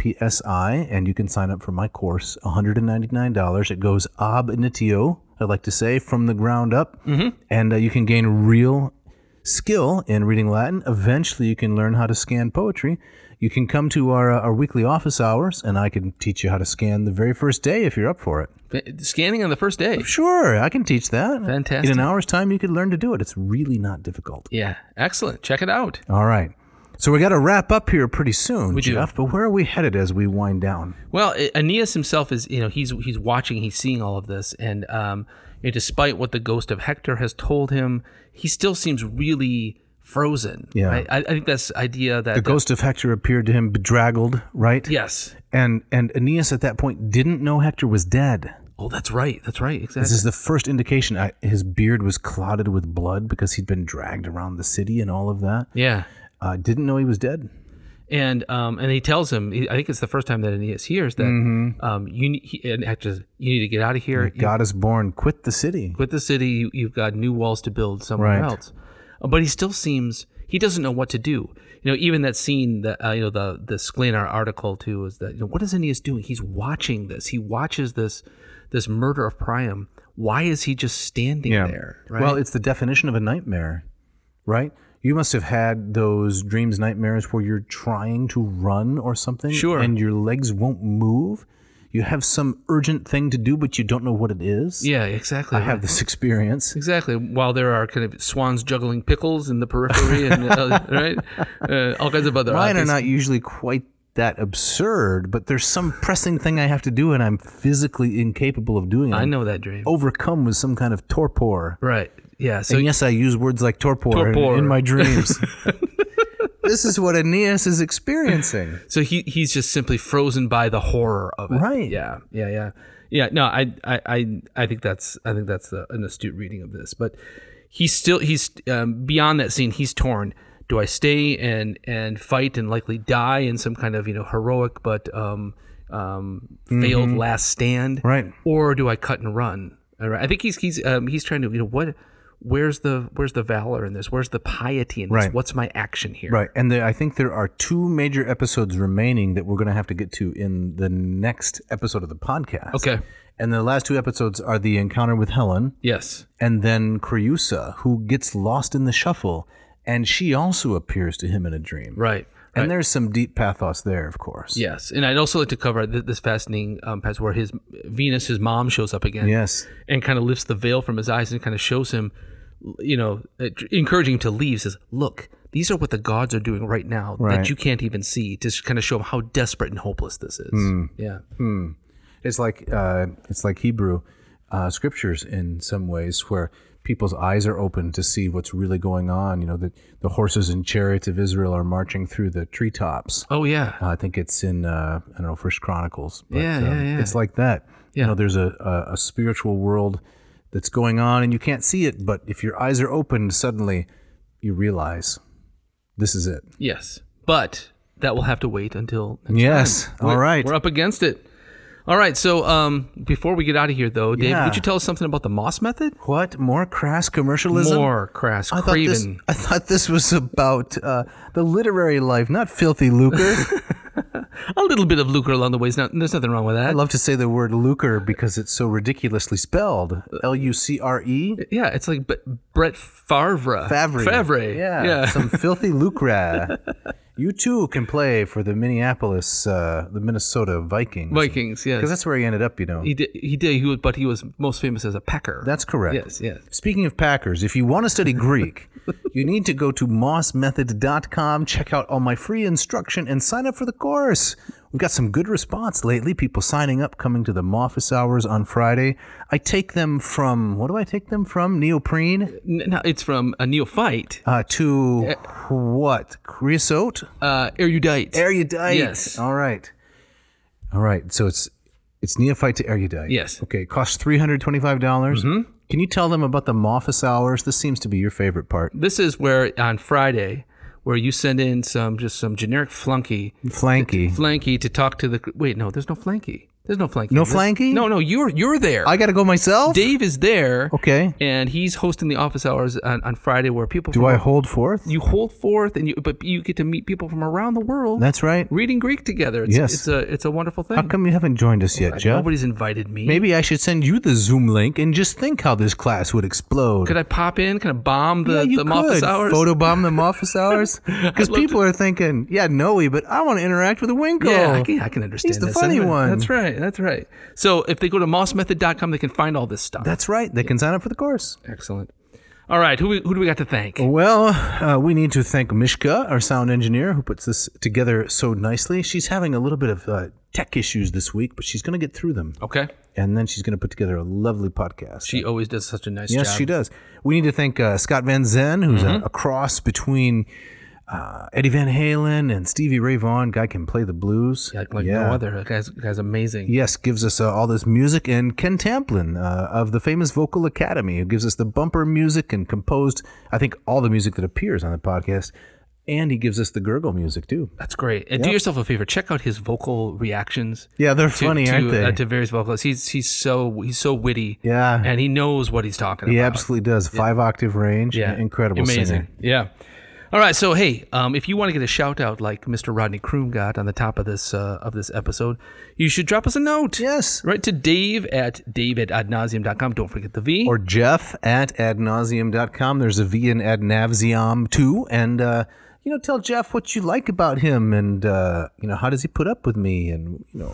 S2: LLPSI, and you can sign up for my course, $199. It goes ob initio, I like to say, from the ground up.
S1: Mm-hmm.
S2: And uh, you can gain real skill in reading Latin. Eventually, you can learn how to scan poetry. You can come to our, uh, our weekly office hours, and I can teach you how to scan the very first day if you're up for it.
S1: Scanning on the first day.
S2: Sure, I can teach that.
S1: Fantastic.
S2: In an hour's time, you could learn to do it. It's really not difficult.
S1: Yeah, excellent. Check it out.
S2: All right. So we got to wrap up here pretty soon,
S1: do.
S2: Jeff. But where are we headed as we wind down?
S1: Well, I- Aeneas himself is, you know, he's he's watching, he's seeing all of this, and um, you know, despite what the ghost of Hector has told him, he still seems really frozen.
S2: Yeah.
S1: right? I, I think that's the idea that
S2: The ghost of Hector appeared to him bedraggled, right?
S1: yes.
S2: And and Aeneas at that point didn't know Hector was dead.
S1: Oh, that's right. That's right.
S2: This
S1: Exactly.
S2: is the first indication. I, his beard was clotted with blood because he'd been dragged around the city and all of that.
S1: Yeah.
S2: Uh, didn't know he was dead.
S1: And um, and he tells him, I think it's the first time that Aeneas hears that
S2: Mm-hmm.
S1: um, you ne- he, and Hector, you need to get out of here. You
S2: God is born. Quit the city.
S1: quit the city. You, you've got new walls to build somewhere
S2: Right.
S1: else. Uh, But he still seems he doesn't know what to do. You know, even that scene that uh, you know the the Sklenar article too is that you know what is Aeneas doing? He's watching this. He watches this this murder of Priam. Why is he just standing there? Right?
S2: Well, it's the definition of a nightmare, right? You must have had those dreams, nightmares where you're trying to run or something,
S1: Sure.
S2: and your legs won't move. You have some urgent thing to do, but you don't know what it is.
S1: yeah, exactly.
S2: I have this experience.
S1: Exactly. While there are kind of swans juggling pickles in the periphery, and uh, [laughs] right, uh, all kinds of other.
S2: Mine are
S1: oddities.
S2: not usually quite that absurd, but there's some pressing thing I have to do, and I'm physically incapable of doing it.
S1: I
S2: I'm
S1: know that dream.
S2: Overcome with some kind of torpor.
S1: Right. Yeah. So
S2: Oh. and yes, I use words like torpor, in-
S1: Torpor.
S2: In, my [laughs] dreams. this is what Aeneas is experiencing.
S1: So he he's just simply frozen by the horror of it.
S2: Right.
S1: Yeah. Yeah. Yeah. Yeah. No, I I I, I think that's I think that's the, an astute reading of this. But he's still he's um, beyond that scene. He's torn. Do I stay and and fight and likely die in some kind of you know heroic but um um failed last stand?
S2: Mm-hmm. Right.
S1: Or do I cut and run? All right. I think he's he's um, he's trying to you know what. Where's the where's the valor in this? Where's the piety in this?
S2: Right.
S1: What's my action here?
S2: Right. And there, I think there are two major episodes remaining that we're going to have to get to in the next episode of the podcast.
S1: Okay.
S2: And the last two episodes are the encounter with Helen
S1: Yes.
S2: and then Creusa, who gets lost in the shuffle, and she also appears to him in a dream.
S1: Right.
S2: And there's some deep pathos there, of course.
S1: Yes, and I'd also like to cover th- this fascinating um, passage where his Venus, his mom, shows up again,
S2: Yes.
S1: and kind of lifts the veil from his eyes and kind of shows him, you know, uh, encouraging him to leave. Says, "Look, these are what the gods are doing right now
S2: Right.
S1: that you can't even see." To kind of show him how desperate and hopeless this is.
S2: Hmm.
S1: Yeah,
S2: It's like uh, it's like Hebrew uh, scriptures in some ways, where people's eyes are open to see what's really going on. You know, the the horses and chariots of Israel are marching through the treetops.
S1: Oh yeah,
S2: Uh, I think it's in uh, I don't know First Chronicles. But, um,
S1: Yeah, yeah, yeah.
S2: It's like that.
S1: Yeah.
S2: You know, there's a, a, a spiritual world that's going on, and you can't see it, but if your eyes are opened, suddenly you realize this is it.
S1: yes, but that will have to wait until next
S2: Yes. All
S1: We're-
S2: right.
S1: We're up against it. All right. So um, before we get out of here, though, Dave,
S2: Yeah.
S1: would you tell us something about the Moss method?
S2: What more crass commercialism?
S1: More crass,
S2: I thought,
S1: craven.
S2: this, I thought this was about uh, the literary life, not filthy
S1: [laughs]
S2: lucre.
S1: A little bit of lucre along the way. Is not, there's nothing wrong with
S2: I
S1: that.
S2: love to say the word lucre because it's so ridiculously spelled. L U C R E?
S1: yeah, it's like B- Brett Favre.
S2: Favre.
S1: Favre.
S2: Yeah.
S1: Yeah.
S2: Some filthy lucre. You too can play for the Minneapolis, uh, the Minnesota
S1: [laughs]
S2: Vikings.
S1: Vikings. Yes.
S2: Because that's where he ended up, you know.
S1: he did. He did. He was, but he was most famous as a Packer.
S2: That's correct.
S1: Yes. Yes.
S2: Speaking of Packers, if you want to study Greek, you need to go to mossmethod.com, check out all my free instruction, and sign up for the course. We've got some good response lately. People signing up, coming to the office hours on Friday. I take them from, what do I take them from? Neoprene
S1: N- No, it's from a neophyte,
S2: uh, to what? Creosote?
S1: uh, erudite.
S2: Erudite.
S1: Yes.
S2: All right. All right. So it's it's neophyte to erudite.
S1: Yes. Mm-hmm.
S2: Okay. It costs three hundred twenty-five dollars. Can you tell them about the Moffus hours? This seems to be your favorite part.
S1: this is where on Friday, where you send in some just some generic flunky,
S2: Flanky.
S1: flanky to talk to the. Wait, no, there's no flanky. There's no flanky.
S2: No
S1: This-
S2: flanky?
S1: No, no, you're you're there.
S2: I gotta go myself.
S1: Dave is there.
S2: Okay.
S1: And he's hosting the office hours on, on Friday, where people.
S2: Do
S1: from
S2: I hold forth?
S1: you hold forth and you but you get to meet people from around the world
S2: That's right.
S1: reading greek together it's,
S2: Yes.
S1: it's a it's a wonderful thing
S2: How come you haven't joined us yet, Jeff?
S1: nobody's invited me
S2: Maybe I should send you the Zoom link and just think how this class would explode.
S1: could i pop in can i bomb the
S2: yeah, you
S1: the
S2: could
S1: office hours
S2: photobomb
S1: [laughs]
S2: them office hours because people are thinking, yeah, Noe, but I want to interact with a Winkle.
S1: yeah, I can, I can understand
S2: He's the
S1: that
S2: funny
S1: sentiment.
S2: one.
S1: That's right. That's right. So if they go to mossmethod.com, they can find all this stuff.
S2: That's right. They can sign up for the course.
S1: excellent. All right. Who, we- who do we got to thank?
S2: Well, uh, we need to thank Mishka, our sound engineer, who puts this together so nicely. She's having a little bit of uh, tech issues this week, but she's going to get through them.
S1: Okay.
S2: And then she's going to put together a lovely podcast.
S1: Oh. She always does such a nice
S2: yes,
S1: job.
S2: she does. We need to thank uh, Scott Van Zen, who's
S1: Mm-hmm.
S2: a, a cross between uh, Eddie Van Halen and Stevie Ray Vaughan. Guy can play the blues.
S1: Like, like no other. That guy's, that guy's amazing.
S2: Yes, gives us uh, all this music, and Ken Tamplin uh, of the famous Vocal Academy, who gives us the bumper music and composed, I think, all the music that appears on the podcast, and he gives us the gurgle music too.
S1: That's great. And do yourself a favor. Check out his vocal reactions.
S2: Yeah, they're
S1: to,
S2: funny,
S1: to,
S2: aren't they?
S1: Uh, to various vocalists. He's he's so he's so witty.
S2: Yeah.
S1: and he knows what he's talking
S2: he
S1: about.
S2: absolutely does. Five octave range,
S1: Yeah.
S2: incredible
S1: amazing.
S2: singer.
S1: Yeah. All right, so hey, um, if you want to get a shout out like Mr. Rodney Kroom got on the top of this uh, of this episode, you should drop us a note.
S2: Yes.
S1: Right to Dave at Dave at adnauseum.com. Don't forget the V.
S2: Or Jeff at adnauseum.com. There's a V in adnavseum too, and. Uh, you know, tell Jeff what you like about him, and uh, you know how does he put up with me, and you know,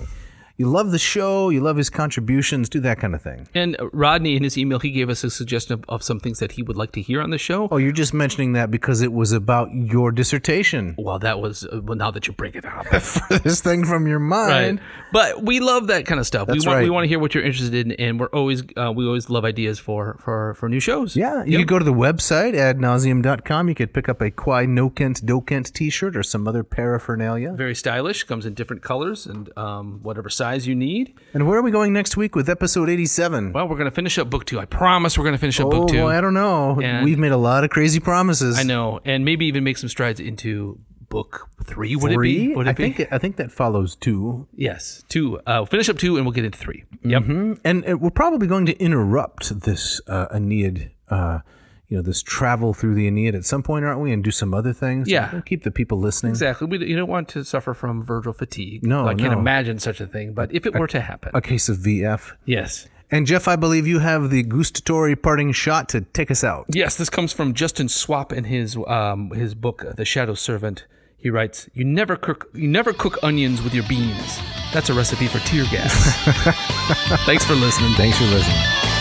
S2: you love the show, you love his contributions, do that kind of thing.
S1: and Rodney in his email, he gave us a suggestion of, of some things that he would like to hear on the show.
S2: Oh, you're just mentioning that because it was about your dissertation. [laughs]
S1: Well, that was uh, well, now that you break it up.
S2: this thing from your mind.
S1: Right. But we love that kind of stuff.
S2: That's
S1: we want we
S2: right.
S1: want to hear what you're interested in, and we're always uh, we always love ideas for for for new shows.
S2: Yeah, you could go to the website ad nauseum.com. You could pick up a Quai No Kent Do Kent T-shirt or some other paraphernalia.
S1: Very stylish. Comes in different colors and um, whatever size you need.
S2: And where are we going next week with episode 87?
S1: Well, we're gonna finish up book two. I promise we're gonna finish up
S2: oh
S1: book two.
S2: boy, I don't know.
S1: And-
S2: We've made a lot of crazy promises.
S1: I know, and maybe even make some strides into book three. Would it
S2: Three?
S1: be? Would it
S2: I
S1: be?
S2: think I think that follows two,
S1: yes. Two. Uh, finish up two, and we'll get into three. Yep.
S2: and uh, we're probably going to interrupt this uh, Aeneid, uh, you know, this travel through the Aeneid at some point, aren't we? And do some other things.
S1: Yeah.
S2: We'll keep the people listening.
S1: Exactly. We, you don't want to suffer from Virgil fatigue.
S2: No,
S1: I can't
S2: no.
S1: imagine such a thing. But if it were to happen,
S2: A case of VF.
S1: yes.
S2: And Jeff, I believe you have the gustatory parting shot to take us out.
S1: Yes, this comes from Justin Swap in his um, his book, The uh, Shadow Servant. He writes, "You never cook you never cook onions with your beans. That's a recipe for tear gas." Thanks for listening.
S2: Thanks for listening.